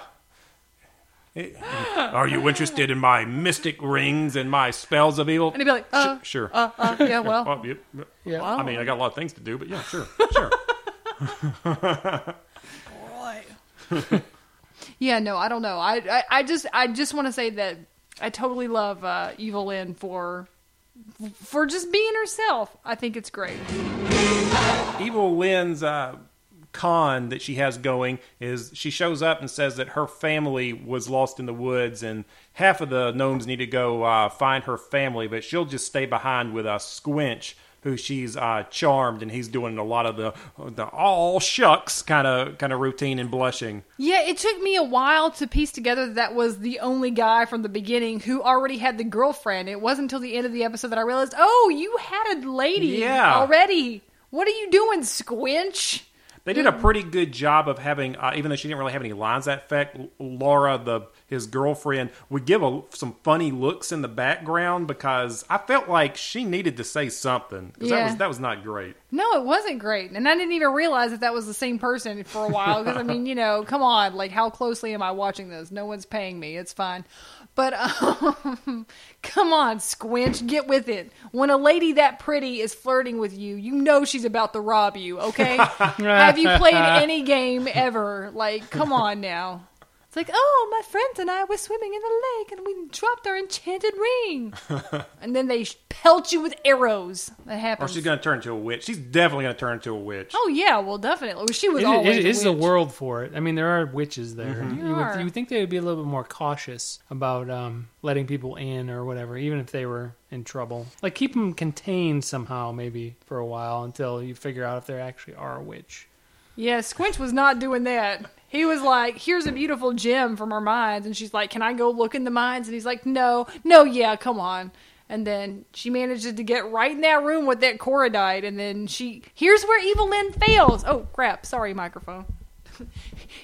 Speaker 3: Are you interested in my mystic rings and my spells of evil?
Speaker 2: And he'd be like, uh,
Speaker 3: Sh- sure.
Speaker 2: uh, uh, yeah, well,
Speaker 3: Well, yep, yep.
Speaker 1: Yeah.
Speaker 3: I mean, I got a lot of things to do, but yeah, sure, sure.
Speaker 2: yeah, no, I don't know. I, I, I just, I just want to say that I totally love uh, Evil Lynn for, for just being herself. I think it's great.
Speaker 3: Evil Lynn's uh, con that she has going is she shows up and says that her family was lost in the woods, and half of the gnomes need to go uh, find her family, but she'll just stay behind with a squinch. Who she's uh, charmed, and he's doing a lot of the the all shucks kind of kind of routine and blushing.
Speaker 2: Yeah, it took me a while to piece together that, that was the only guy from the beginning who already had the girlfriend. It wasn't until the end of the episode that I realized, oh, you had a lady
Speaker 3: Yeah.
Speaker 2: already. What are you doing, Squinch?
Speaker 3: They did a
Speaker 2: Mm-hmm.
Speaker 3: pretty good job of having, uh, even though she didn't really have any lines that effect. L- Laura, the his girlfriend, would give a, some funny looks in the background because I felt like she needed to say something 'cause that
Speaker 2: Yeah.
Speaker 3: was that was not great.
Speaker 2: No, it wasn't great. And I didn't even realize that that was the same person for a while. Because, I mean, you know, come on. Like, how closely am I watching this? No one's paying me. It's fine. But, um, come on, Squinch. Get with it. When a lady that pretty is flirting with you, you know she's about to rob you, okay? Have you played any game ever? Like, come on now. It's like, oh, my friends and I were swimming in the lake and we dropped our enchanted ring. and then they pelt you with arrows. That
Speaker 3: Or
Speaker 2: happens.
Speaker 3: she's going to turn into a witch. She's definitely going to turn into a witch.
Speaker 2: Oh yeah, well definitely. Well, She was
Speaker 1: It, it-
Speaker 2: always
Speaker 1: it
Speaker 2: a
Speaker 1: is the
Speaker 2: witch.
Speaker 1: world for it. I mean, there are witches there. You,
Speaker 2: There
Speaker 1: would,
Speaker 2: are.
Speaker 1: you would think they would be a little bit more cautious about um, letting people in or whatever, even if they were in trouble. Like keep them contained somehow, maybe for a while until you figure out if they actually are a witch.
Speaker 2: Yeah, Squinch was not doing that. He was like, "Here's a beautiful gem from our mines," and she's like, "Can I go look in the mines?" And he's like, "No, no, yeah, come on." And then she manages to get right in that room with that Coridite, and then she here's where Evelyn fails. Oh crap! Sorry, microphone.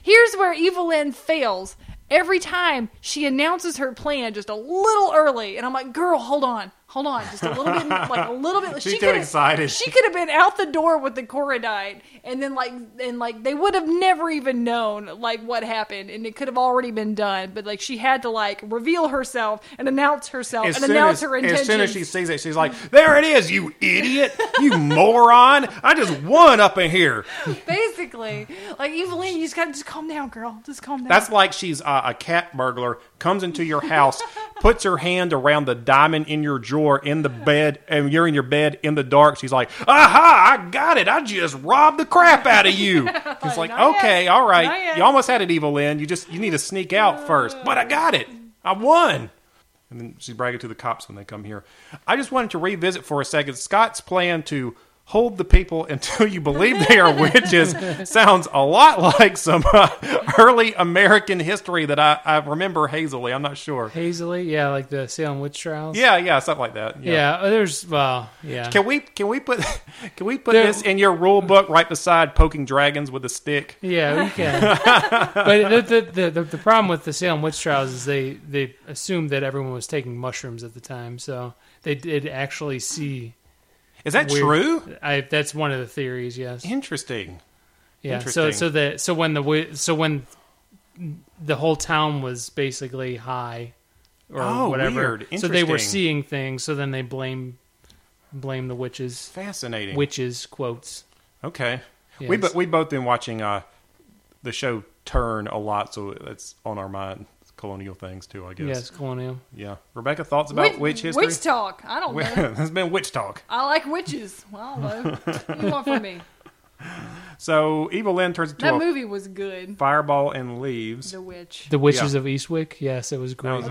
Speaker 2: here's where Evelyn fails. Every time she announces her plan just a little early, and I'm like, "Girl, hold on, hold on, just a little bit, like a little bit."
Speaker 3: She's
Speaker 2: she
Speaker 3: too
Speaker 2: could've-
Speaker 3: excited.
Speaker 2: She could have been out the door with the Coridite, and then like, and like they would have never even known like what happened, and it could have already been done. But like, she had to like reveal herself and announce herself
Speaker 3: As
Speaker 2: and
Speaker 3: soon
Speaker 2: announce
Speaker 3: as,
Speaker 2: her
Speaker 3: as
Speaker 2: intentions.
Speaker 3: soon as she sees it, she's like, "There it is, you idiot, you moron! I just won up in here."
Speaker 2: Basically, like Evelyn, you just gotta just calm down, girl. Just calm down.
Speaker 3: That's like she's uh, a cat burglar comes into your house, puts her hand around the diamond in your drawer in the bed, and you're in your bed in the dark. She's like, "Aha! I got it! I just robbed the crap out of you." It's like,
Speaker 2: not
Speaker 3: okay,
Speaker 2: yet.
Speaker 3: all
Speaker 2: Not
Speaker 3: right,
Speaker 2: yet.
Speaker 3: you almost had it, Evil Lynn. You just you need to sneak out first. But I got it. I won. And then she's bragging to the cops when they come here. I just wanted to revisit for a second Scott's plan to hold the people until you believe they are witches sounds a lot like some uh, early American history that I, I remember hazily. I'm not sure.
Speaker 1: Hazily, yeah, like the Salem witch trials.
Speaker 3: Yeah, yeah, something like that. Yeah.
Speaker 1: yeah. oh, There's well, yeah.
Speaker 3: Can we can we put can we put
Speaker 1: There-
Speaker 3: this in your rule book right beside poking dragons with a stick?
Speaker 1: Yeah, we can. but the, the, the, the, the problem with the Salem witch trials is they, they assumed that everyone was taking mushrooms at the time, so they did actually see.
Speaker 3: Is that
Speaker 1: weird-
Speaker 3: true?
Speaker 1: I, that's one of the theories. Yes.
Speaker 3: Interesting.
Speaker 1: Yeah. So
Speaker 3: Interesting.
Speaker 1: so the so when the wi- so when the whole town was basically high or
Speaker 3: Oh,
Speaker 1: whatever,
Speaker 3: weird.
Speaker 1: so they were
Speaker 3: Interesting.
Speaker 1: seeing things. So then they blame blame the witches.
Speaker 3: Fascinating.
Speaker 1: Witches quotes.
Speaker 3: Okay. We
Speaker 1: Yes.
Speaker 3: bo- we both been watching uh, the show Turn a lot, so that's on our mind. It's colonial things too, I guess.
Speaker 1: Yes, colonial.
Speaker 3: Yeah. Rebecca, thoughts about
Speaker 2: Witch-
Speaker 3: witch history?
Speaker 2: Witch talk. I don't know.
Speaker 3: There's been witch talk.
Speaker 2: I like witches. Well, I don't know. What do you want from me?
Speaker 3: So Evil Lynn turns into
Speaker 2: That
Speaker 3: a
Speaker 2: movie was good.
Speaker 3: fireball and leaves.
Speaker 2: The Witch.
Speaker 1: The witches of Eastwick. Yes, it was great.
Speaker 3: was-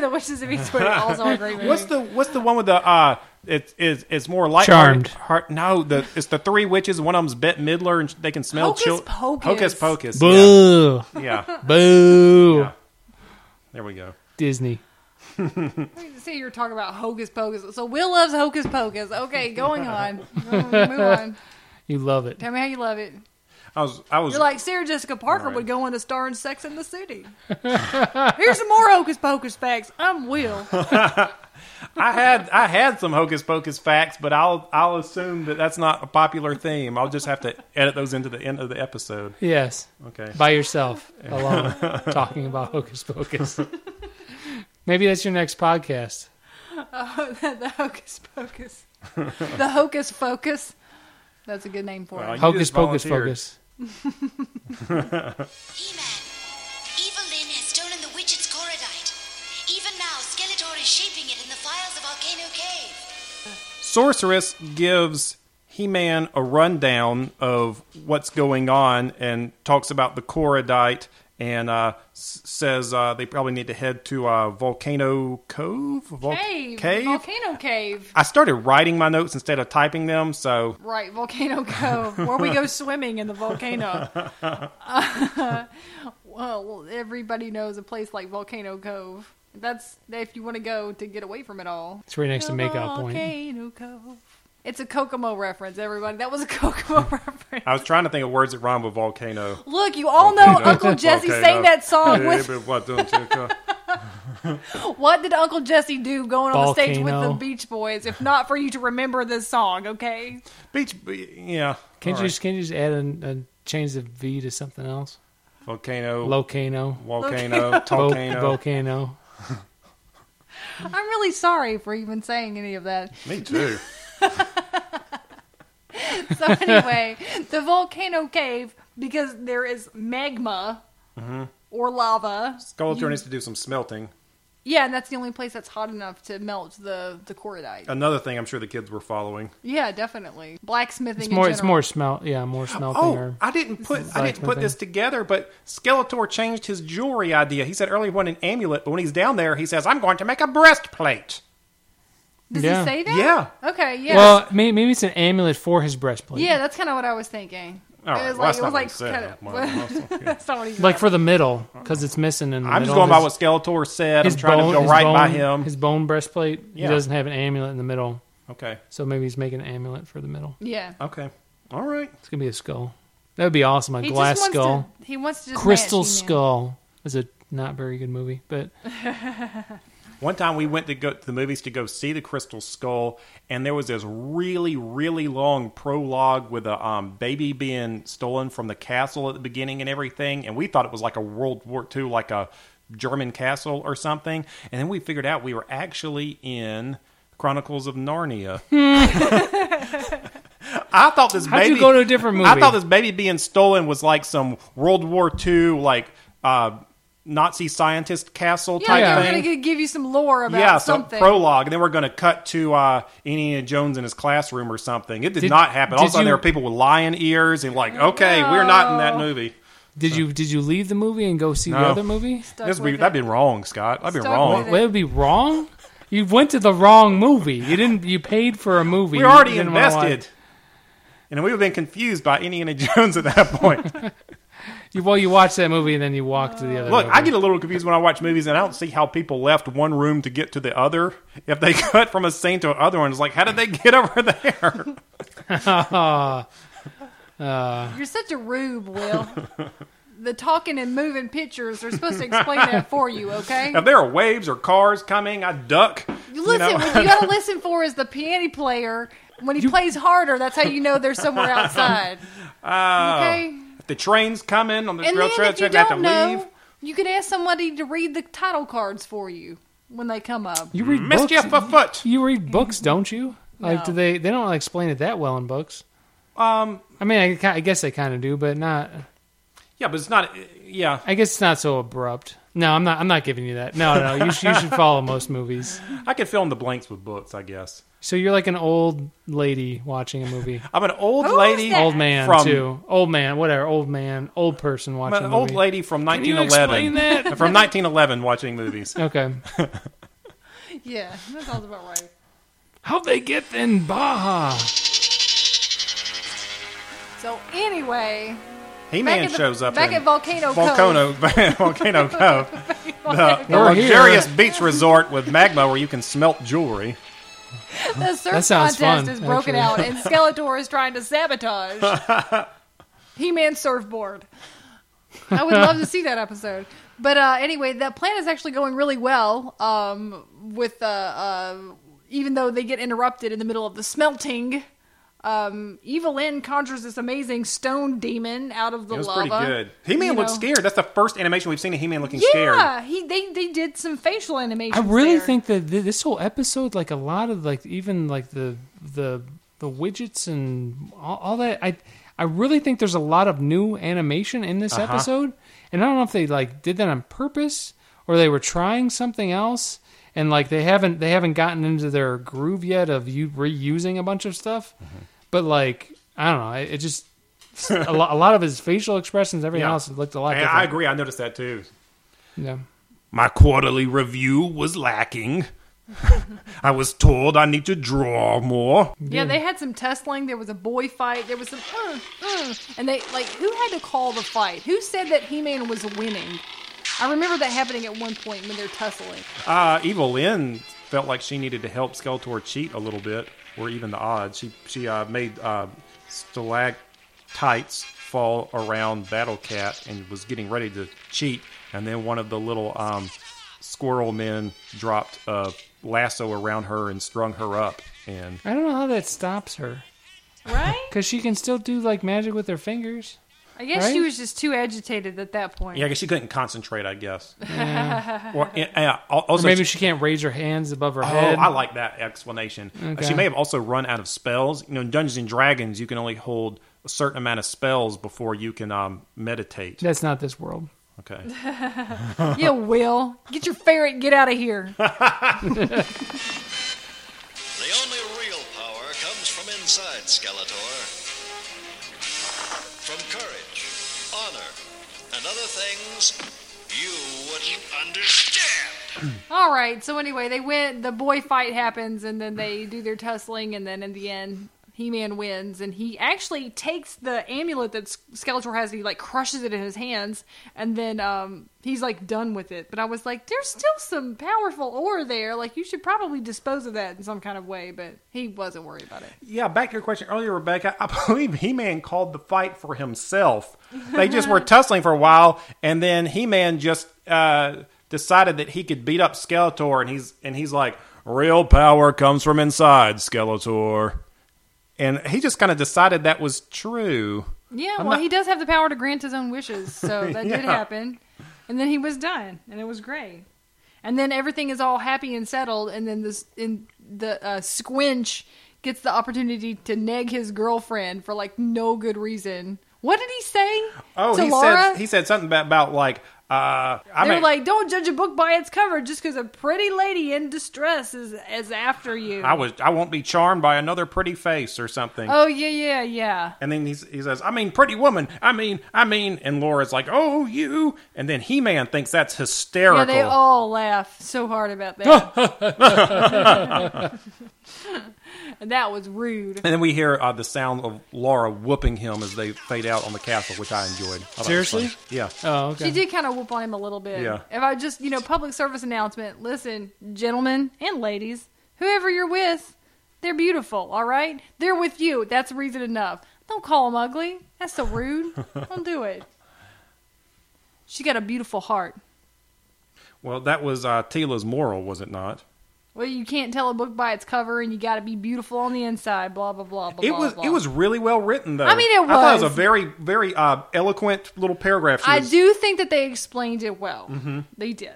Speaker 2: the Witches of Eastwood also a great movie.
Speaker 3: What's the What's the one with the uh? It is it's more like
Speaker 1: Charmed.
Speaker 3: Heart, no, the it's the three witches. One of them's Bette Midler, and they can smell
Speaker 2: Hocus
Speaker 3: chil-
Speaker 2: Pocus.
Speaker 3: Hocus Pocus. Yeah.
Speaker 1: Boo!
Speaker 3: yeah,
Speaker 1: Boo!
Speaker 3: Yeah. there we go.
Speaker 1: Disney.
Speaker 2: See, you're talking about Hocus Pocus. So Will loves Hocus Pocus. Okay, going on. Move on.
Speaker 1: You love it.
Speaker 2: Tell me how you love it.
Speaker 3: I was I was
Speaker 2: You're like Sarah Jessica Parker
Speaker 3: Alright.
Speaker 2: would go on to star in Sex in the City. Here's some more Hocus Pocus facts. I'm Will.
Speaker 3: I had I had some hocus pocus facts, but I'll I'll assume that that's not a popular theme. I'll just have to edit those into the end of the episode.
Speaker 1: Yes.
Speaker 3: Okay.
Speaker 1: By yourself alone talking about Hocus Pocus. Maybe that's your next podcast.
Speaker 2: the, the Hocus Pocus. The Hocus Focus. That's a good name for
Speaker 3: Well,
Speaker 2: it.
Speaker 3: you
Speaker 1: Hocus
Speaker 3: just
Speaker 1: Pocus
Speaker 3: volunteered.
Speaker 1: Focus.
Speaker 6: E-Man, Evelyn has stolen the widget's coridite. Even now, Skeletor is shaping it in the files of Volcano Cave.
Speaker 3: Sorceress gives He Man a rundown of what's going on and talks about the Korodite and uh, s- says uh, they probably need to head to uh, Volcano Cove. Vol-
Speaker 2: Cave. Volcano Cave.
Speaker 3: I started writing my notes instead of typing them, so
Speaker 2: Right, Volcano Cove, where we go swimming in the volcano. well, everybody knows a place like Volcano Cove. That's if you want to go to get away from it all.
Speaker 1: It's right next to Makeout Point.
Speaker 2: Volcano Cove. It's a Kokomo reference, everybody. That was a Kokomo reference.
Speaker 3: I was trying to think of words that rhyme with volcano.
Speaker 2: Look, you all know
Speaker 3: Volcano.
Speaker 2: Uncle Jesse
Speaker 3: Volcano.
Speaker 2: sang that song
Speaker 3: Yeah,
Speaker 2: with.
Speaker 3: but what don't you call-
Speaker 2: What did Uncle Jesse do going on the stage with
Speaker 1: Volcano.
Speaker 2: the Beach Boys if not for you to remember this song, okay?
Speaker 3: Beach, yeah.
Speaker 1: Can't
Speaker 3: All
Speaker 1: you
Speaker 3: right.
Speaker 1: just can you just add and and change the V to something else?
Speaker 3: volcano,
Speaker 1: Locano.
Speaker 3: volcano,
Speaker 1: Vo-
Speaker 3: volcano?
Speaker 1: Volcano.
Speaker 2: I'm really sorry for even saying any of that.
Speaker 3: Me too.
Speaker 2: So anyway, the volcano cave because there is magma
Speaker 3: Mm-hmm.
Speaker 2: or lava.
Speaker 3: Skeletor needs to do some smelting.
Speaker 2: Yeah, and that's the only place that's hot enough to melt the the coridite.
Speaker 3: Another thing I'm sure the kids were following.
Speaker 2: yeah, definitely blacksmithing.
Speaker 1: It's more.
Speaker 2: in
Speaker 1: It's
Speaker 2: general.
Speaker 1: more smelt. Yeah, more smelting.
Speaker 3: Oh,
Speaker 1: or,
Speaker 3: I didn't put I didn't
Speaker 1: Blacksmithing.
Speaker 3: put this together, but Skeletor changed his jewelry idea. He said earlier he wanted an amulet, but when he's down there, he says, "I'm going to make a breastplate."
Speaker 2: Does
Speaker 1: Yeah.
Speaker 2: he say that?
Speaker 3: Yeah.
Speaker 2: Okay. Yeah.
Speaker 1: Well, may- maybe it's an amulet for his breastplate.
Speaker 2: yeah, that's kind of what I was thinking.
Speaker 3: All right.
Speaker 2: was
Speaker 3: Oh, well,
Speaker 2: like-
Speaker 3: that's
Speaker 2: it
Speaker 3: not
Speaker 2: was
Speaker 3: what he
Speaker 2: like
Speaker 3: said.
Speaker 2: kinda-
Speaker 3: Well, okay.
Speaker 2: That's not what he
Speaker 1: Like for the middle, because it's missing in the
Speaker 3: I'm just
Speaker 1: middle.
Speaker 3: going by
Speaker 1: His-
Speaker 3: what Skeletor said. I'm
Speaker 1: his
Speaker 3: trying
Speaker 1: bone-
Speaker 3: to go
Speaker 1: his
Speaker 3: right by
Speaker 1: bone-
Speaker 3: him.
Speaker 1: His bone breastplate.
Speaker 3: Yeah.
Speaker 1: He doesn't have an amulet in the middle,
Speaker 3: Okay.
Speaker 1: so maybe he's making an amulet for the middle.
Speaker 2: Yeah.
Speaker 3: Okay. All right.
Speaker 1: It's gonna be a skull. That would be awesome. A glass
Speaker 2: wants
Speaker 1: skull,
Speaker 2: To, he wants to just
Speaker 1: crystal
Speaker 2: match He-Man.
Speaker 1: skull. Is a not very good movie, but
Speaker 3: One time we went to go to the movies to go see the Crystal Skull, and there was this really, really long prologue with a um, baby being stolen from the castle at the beginning and everything, and we thought it was like a World War II, like a German castle or something, and then we figured out we were actually in Chronicles of Narnia. I thought this
Speaker 1: How'd you
Speaker 3: baby
Speaker 1: go to a different
Speaker 3: I
Speaker 1: movie?
Speaker 3: thought this baby being stolen was like some World War II, like uh, Nazi scientist castle
Speaker 2: Yeah,
Speaker 3: type
Speaker 2: they
Speaker 3: thing
Speaker 2: were going to give you some lore about
Speaker 3: yeah, so
Speaker 2: something.
Speaker 3: prologue, and then we're going to cut to uh, Indiana Jones in his classroom or something. It did,
Speaker 1: Did-
Speaker 3: not happen. All of a
Speaker 1: did
Speaker 3: sudden, there
Speaker 1: you-
Speaker 3: were people with lion ears, and like, okay, we're not in that movie.
Speaker 1: did you did you leave the movie and go see the
Speaker 3: No.
Speaker 1: other movie?
Speaker 2: Stuck
Speaker 3: This be,
Speaker 2: with
Speaker 3: that'd
Speaker 2: it.
Speaker 3: been wrong, Scott. I've been
Speaker 2: Stuck
Speaker 3: wrong.
Speaker 2: with
Speaker 1: Well, it would be wrong. You went to the wrong movie. You didn't. You paid for a movie.
Speaker 3: We
Speaker 1: you
Speaker 3: were already
Speaker 1: didn't wanna watch.
Speaker 3: invested, and we would have been confused by Indiana Jones at that point.
Speaker 1: You, well, you watched that movie and then you walked to the other.
Speaker 3: Look,
Speaker 1: movie.
Speaker 3: I get a little confused when I watch movies, and I don't see how people left one room to get to the other. If they cut from a scene to another one, it's like, how did they get over there?
Speaker 2: You're such a rube, Will. the talking and moving pictures are supposed to explain that for you, okay?
Speaker 3: if there are waves or cars coming, I duck.
Speaker 2: You listen,
Speaker 3: know?
Speaker 2: what you got to listen for is the piano player. When he plays harder, that's how you know they're somewhere outside. okay?
Speaker 3: If the train's coming on the
Speaker 2: And
Speaker 3: rail
Speaker 2: then
Speaker 3: trail,
Speaker 2: if you
Speaker 3: check have to
Speaker 2: don't know,
Speaker 3: leave.
Speaker 2: you could ask somebody to read the title cards for you when they come up.
Speaker 1: you read
Speaker 3: Mischief
Speaker 1: books.
Speaker 3: afoot.
Speaker 1: You read books, don't you? Like,
Speaker 2: No.
Speaker 1: do they? They don't explain it that well in books. Um, I mean, I, ki- I guess they kind of do, but not.
Speaker 3: Yeah, but it's not. Yeah,
Speaker 1: I guess it's not so abrupt. No, I'm not. I'm not giving you that. No, no. You, sh- you should follow most movies.
Speaker 3: I can fill in the blanks with books. I guess
Speaker 1: So you're like an old lady watching a movie.
Speaker 3: I'm an old
Speaker 2: Who
Speaker 3: lady.
Speaker 2: is that?
Speaker 1: Old man
Speaker 3: From-
Speaker 1: too. Old man, whatever. Old man. Old person
Speaker 3: I'm
Speaker 1: watching.
Speaker 3: an
Speaker 1: a
Speaker 3: old
Speaker 1: movie.
Speaker 3: lady from
Speaker 1: you
Speaker 3: 1911.
Speaker 1: explain that?
Speaker 3: from 1911, watching movies.
Speaker 1: Okay.
Speaker 2: Yeah, that sounds about right.
Speaker 1: How'd they get in Baja?
Speaker 2: So anyway,
Speaker 3: He-Man
Speaker 2: at the-
Speaker 3: shows up
Speaker 2: back
Speaker 3: in
Speaker 2: at Volcano
Speaker 3: Volcano Volcano Cove, the, the
Speaker 1: We're here.
Speaker 3: luxurious beach resort with magma where you can smelt jewelry.
Speaker 2: the surf
Speaker 1: That sounds
Speaker 2: contest
Speaker 1: fun,
Speaker 2: is broken
Speaker 1: actually.
Speaker 2: out, and Skeletor is trying to sabotage He-Man's surfboard. I would love to see that episode. But uh, anyway, that plan is actually going really well. Um, with uh, uh, even though they get interrupted in the middle of the smelting, um, Evelyn conjures this amazing stone demon out of the
Speaker 3: It was
Speaker 2: lava.
Speaker 3: pretty good. He-Man
Speaker 2: You
Speaker 3: looked
Speaker 2: know.
Speaker 3: scared. That's the first animation we've seen of He-Man looking scared.
Speaker 2: Yeah, he they they did some facial
Speaker 1: I
Speaker 2: animations.
Speaker 1: really
Speaker 2: there.
Speaker 1: think that th- this whole episode, like a lot of like even like the the the widgets and all, all that, I I really think there's a lot of new animation in
Speaker 3: Uh-huh.
Speaker 1: this episode, and I don't know if they like did that on purpose or they were trying something else, and like they haven't they haven't gotten into their groove yet of you reusing a bunch of stuff,
Speaker 3: Mm-hmm.
Speaker 1: but like I don't know, it, it just. a, lot, a lot of his facial expressions, everything
Speaker 3: Yeah.
Speaker 1: else, looked a lot.
Speaker 3: And
Speaker 1: different.
Speaker 3: I agree. I noticed that too.
Speaker 1: Yeah.
Speaker 3: My quarterly review was lacking. I was told I need to draw more.
Speaker 2: Yeah, they had some tussling. There was a boy fight. There was some, uh, uh, and they like who had to call the fight? Who said that He Man was winning? I remember that happening at one point when they're tussling.
Speaker 3: Uh, Evil Lynn felt like she needed to help Skeletor cheat a little bit, or even the odds. She she uh, made uh, stalactites fall around Battle Cat and was getting ready to cheat, and then one of the little um, squirrel men dropped a lasso around her and strung her up. And
Speaker 1: I don't know how that stops her.
Speaker 2: Right?
Speaker 1: Because she can still do like magic with her fingers.
Speaker 2: I guess
Speaker 1: Right?
Speaker 2: she was just too agitated at that point.
Speaker 3: yeah, I guess she couldn't concentrate. I guess. Or, and, and
Speaker 1: Or
Speaker 3: also
Speaker 1: maybe
Speaker 3: she-
Speaker 1: she can't raise her hands above her head.
Speaker 3: Oh, I like that explanation. Uh, She
Speaker 1: Okay.
Speaker 3: may have also run out of spells. You know, in Dungeons and Dragons, you can only hold a certain amount of spells before you can um, meditate.
Speaker 1: That's not this world.
Speaker 3: Okay.
Speaker 2: Yeah, Will, get your ferret, and get out of here.
Speaker 5: The only real power comes from inside Skeletor. From courage, honor, and other things you wouldn't understand.
Speaker 2: All right. So anyway, they went. The boy fight happens, and then they do their tussling, and then in the end, He-Man wins, and he actually takes the amulet that S- Skeletor has, and he like crushes it in his hands, and then um, he's like done with it. But I was like, there's still some powerful ore there. Like you should probably dispose of that in some kind of way. But he wasn't worried about it.
Speaker 3: Yeah, back to your question earlier, Rebecca. I believe He Man called the fight for himself. They just were tussling for a while, and then He Man just uh, decided that he could beat up Skeletor, and he's and he's like, "Real power comes from inside, Skeletor," and he just kind of decided that was true.
Speaker 2: Yeah,
Speaker 3: I'm
Speaker 2: well,
Speaker 3: not-
Speaker 2: he does have the power to grant his own wishes, so that did
Speaker 3: Yeah.
Speaker 2: happen. And then he was done, and it was great. And then everything is all happy and settled, and then this in the uh, squinch gets the opportunity to neg his girlfriend for like no good reason. What did he say
Speaker 3: Oh,
Speaker 2: to
Speaker 3: he
Speaker 2: Laura?
Speaker 3: said he said something about, about like uh, I
Speaker 2: they were
Speaker 3: mean,
Speaker 2: like, "Don't judge a book by its cover, just because a pretty lady in distress is is after you."
Speaker 3: I was I won't be charmed by another pretty face or something.
Speaker 2: oh yeah, yeah, yeah.
Speaker 3: And then he's, he says, I mean, pretty woman. I mean, I mean. And Laura's like, oh, you. And then He Man thinks that's
Speaker 2: Yeah,
Speaker 3: hysterical.
Speaker 2: they all laugh so hard about that. and that was rude.
Speaker 3: and then we hear uh, the sound of Laura whooping him as they fade out on the castle, which I enjoyed. I thought it was
Speaker 1: Seriously?
Speaker 3: funny. Yeah.
Speaker 1: Oh, okay.
Speaker 2: She did kind of whoop on him a little bit.
Speaker 3: Yeah.
Speaker 2: If I just, you know, public service announcement listen, gentlemen and ladies, whoever you're with, they're beautiful, all right? They're with you. That's reason enough. Don't call them ugly. That's so rude. Don't do it. She got a beautiful heart.
Speaker 3: Well, that was uh, Tila's moral, was it not?
Speaker 2: Well, you can't tell a book by its cover, and you got to be beautiful on the inside. Blah blah blah blah.
Speaker 3: It
Speaker 2: blah,
Speaker 3: was
Speaker 2: blah.
Speaker 3: it was really well written though.
Speaker 2: I mean, it
Speaker 3: I thought it was
Speaker 2: was.
Speaker 3: a very very uh, eloquent little paragraph. She,
Speaker 2: I
Speaker 3: was-
Speaker 2: do think that they explained it well. They did.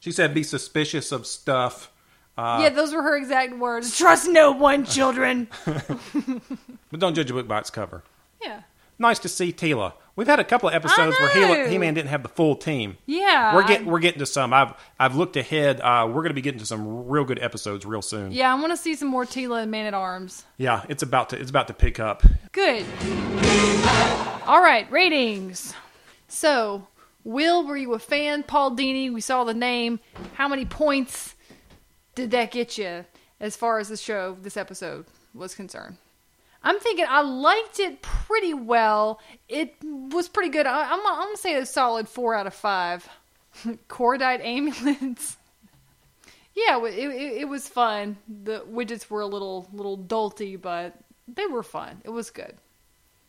Speaker 3: she said, "Be suspicious of stuff."
Speaker 2: yeah, those were her exact words. Trust no one, children.
Speaker 3: But don't judge a book by its cover.
Speaker 2: yeah.
Speaker 3: Nice to see Tila. We've had a couple of episodes where
Speaker 2: know.
Speaker 3: He Man didn't have the full team.
Speaker 2: Yeah.
Speaker 3: we're getting
Speaker 2: I-
Speaker 3: we're getting to some. I've I've looked ahead. Uh, we're going to be getting to some real good episodes real soon.
Speaker 2: yeah, I want to see some more Tila and Man at Arms.
Speaker 3: Yeah, it's about to it's about to pick up.
Speaker 2: Good. All right, ratings. So, Will, were you a fan? Paul Dini, we saw the name. How many points did that get you as far as the show, this episode was concerned? I'm thinking I liked it pretty well. It was pretty good. I, I'm, I'm going to say a solid four out of five. Cordite ambulance. yeah, it, it, it was fun. The widgets were a little little dolty, but they were fun. It was good.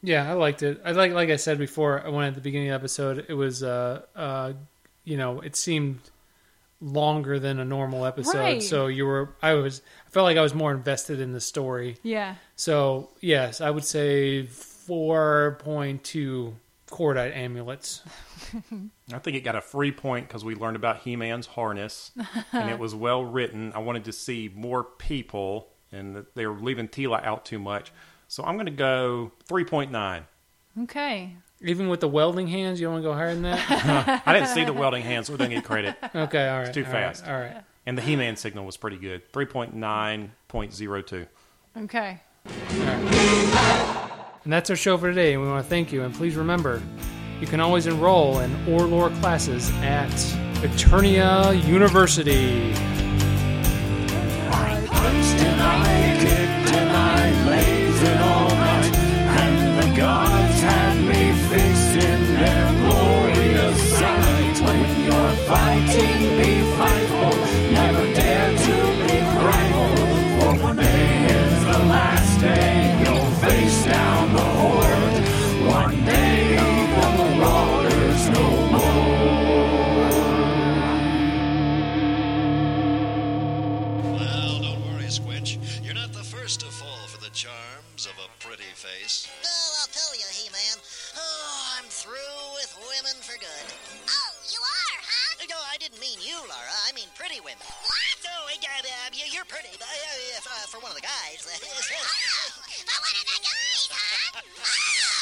Speaker 1: Yeah, I liked it. I like like I said before, I went at the beginning of the episode, it was uh uh you know, it seemed longer than a normal episode.
Speaker 2: Right.
Speaker 1: So you were I was I felt like I was more invested in the story.
Speaker 2: Yeah.
Speaker 1: So yes, I would say four point two cordite amulets.
Speaker 3: I think it got a free point because we learned about He Man's harness, and it was well written. I wanted to see more people, and that they were leaving Tila out too much. So I'm going to go three point nine.
Speaker 2: Okay.
Speaker 1: Even with the welding hands, you don't want to go higher than that?
Speaker 3: I didn't see the welding hands, so we don't get credit.
Speaker 1: Okay, all right.
Speaker 3: too
Speaker 1: all right,
Speaker 3: fast.
Speaker 1: all right.
Speaker 3: And the He Man signal was pretty good. Three point nine point zero two.
Speaker 2: Okay.
Speaker 1: And that's our show for today. And we want to thank you. And please remember, you can always enroll in Orlore classes at Eternia University.
Speaker 5: Well, don't worry, Squinch. You're not the first to fall for the charms of a pretty face.
Speaker 4: Oh, I'll tell you, He-Man. Oh, I'm through with women for good. Uh,
Speaker 6: Oh, you are, huh?
Speaker 4: No, I didn't mean you, Laura. I mean pretty women.
Speaker 6: What?
Speaker 4: No, I- I- I- you- you're pretty, but uh, if, uh, for one of the guys.
Speaker 6: Oh, for one of the guys, huh? Oh,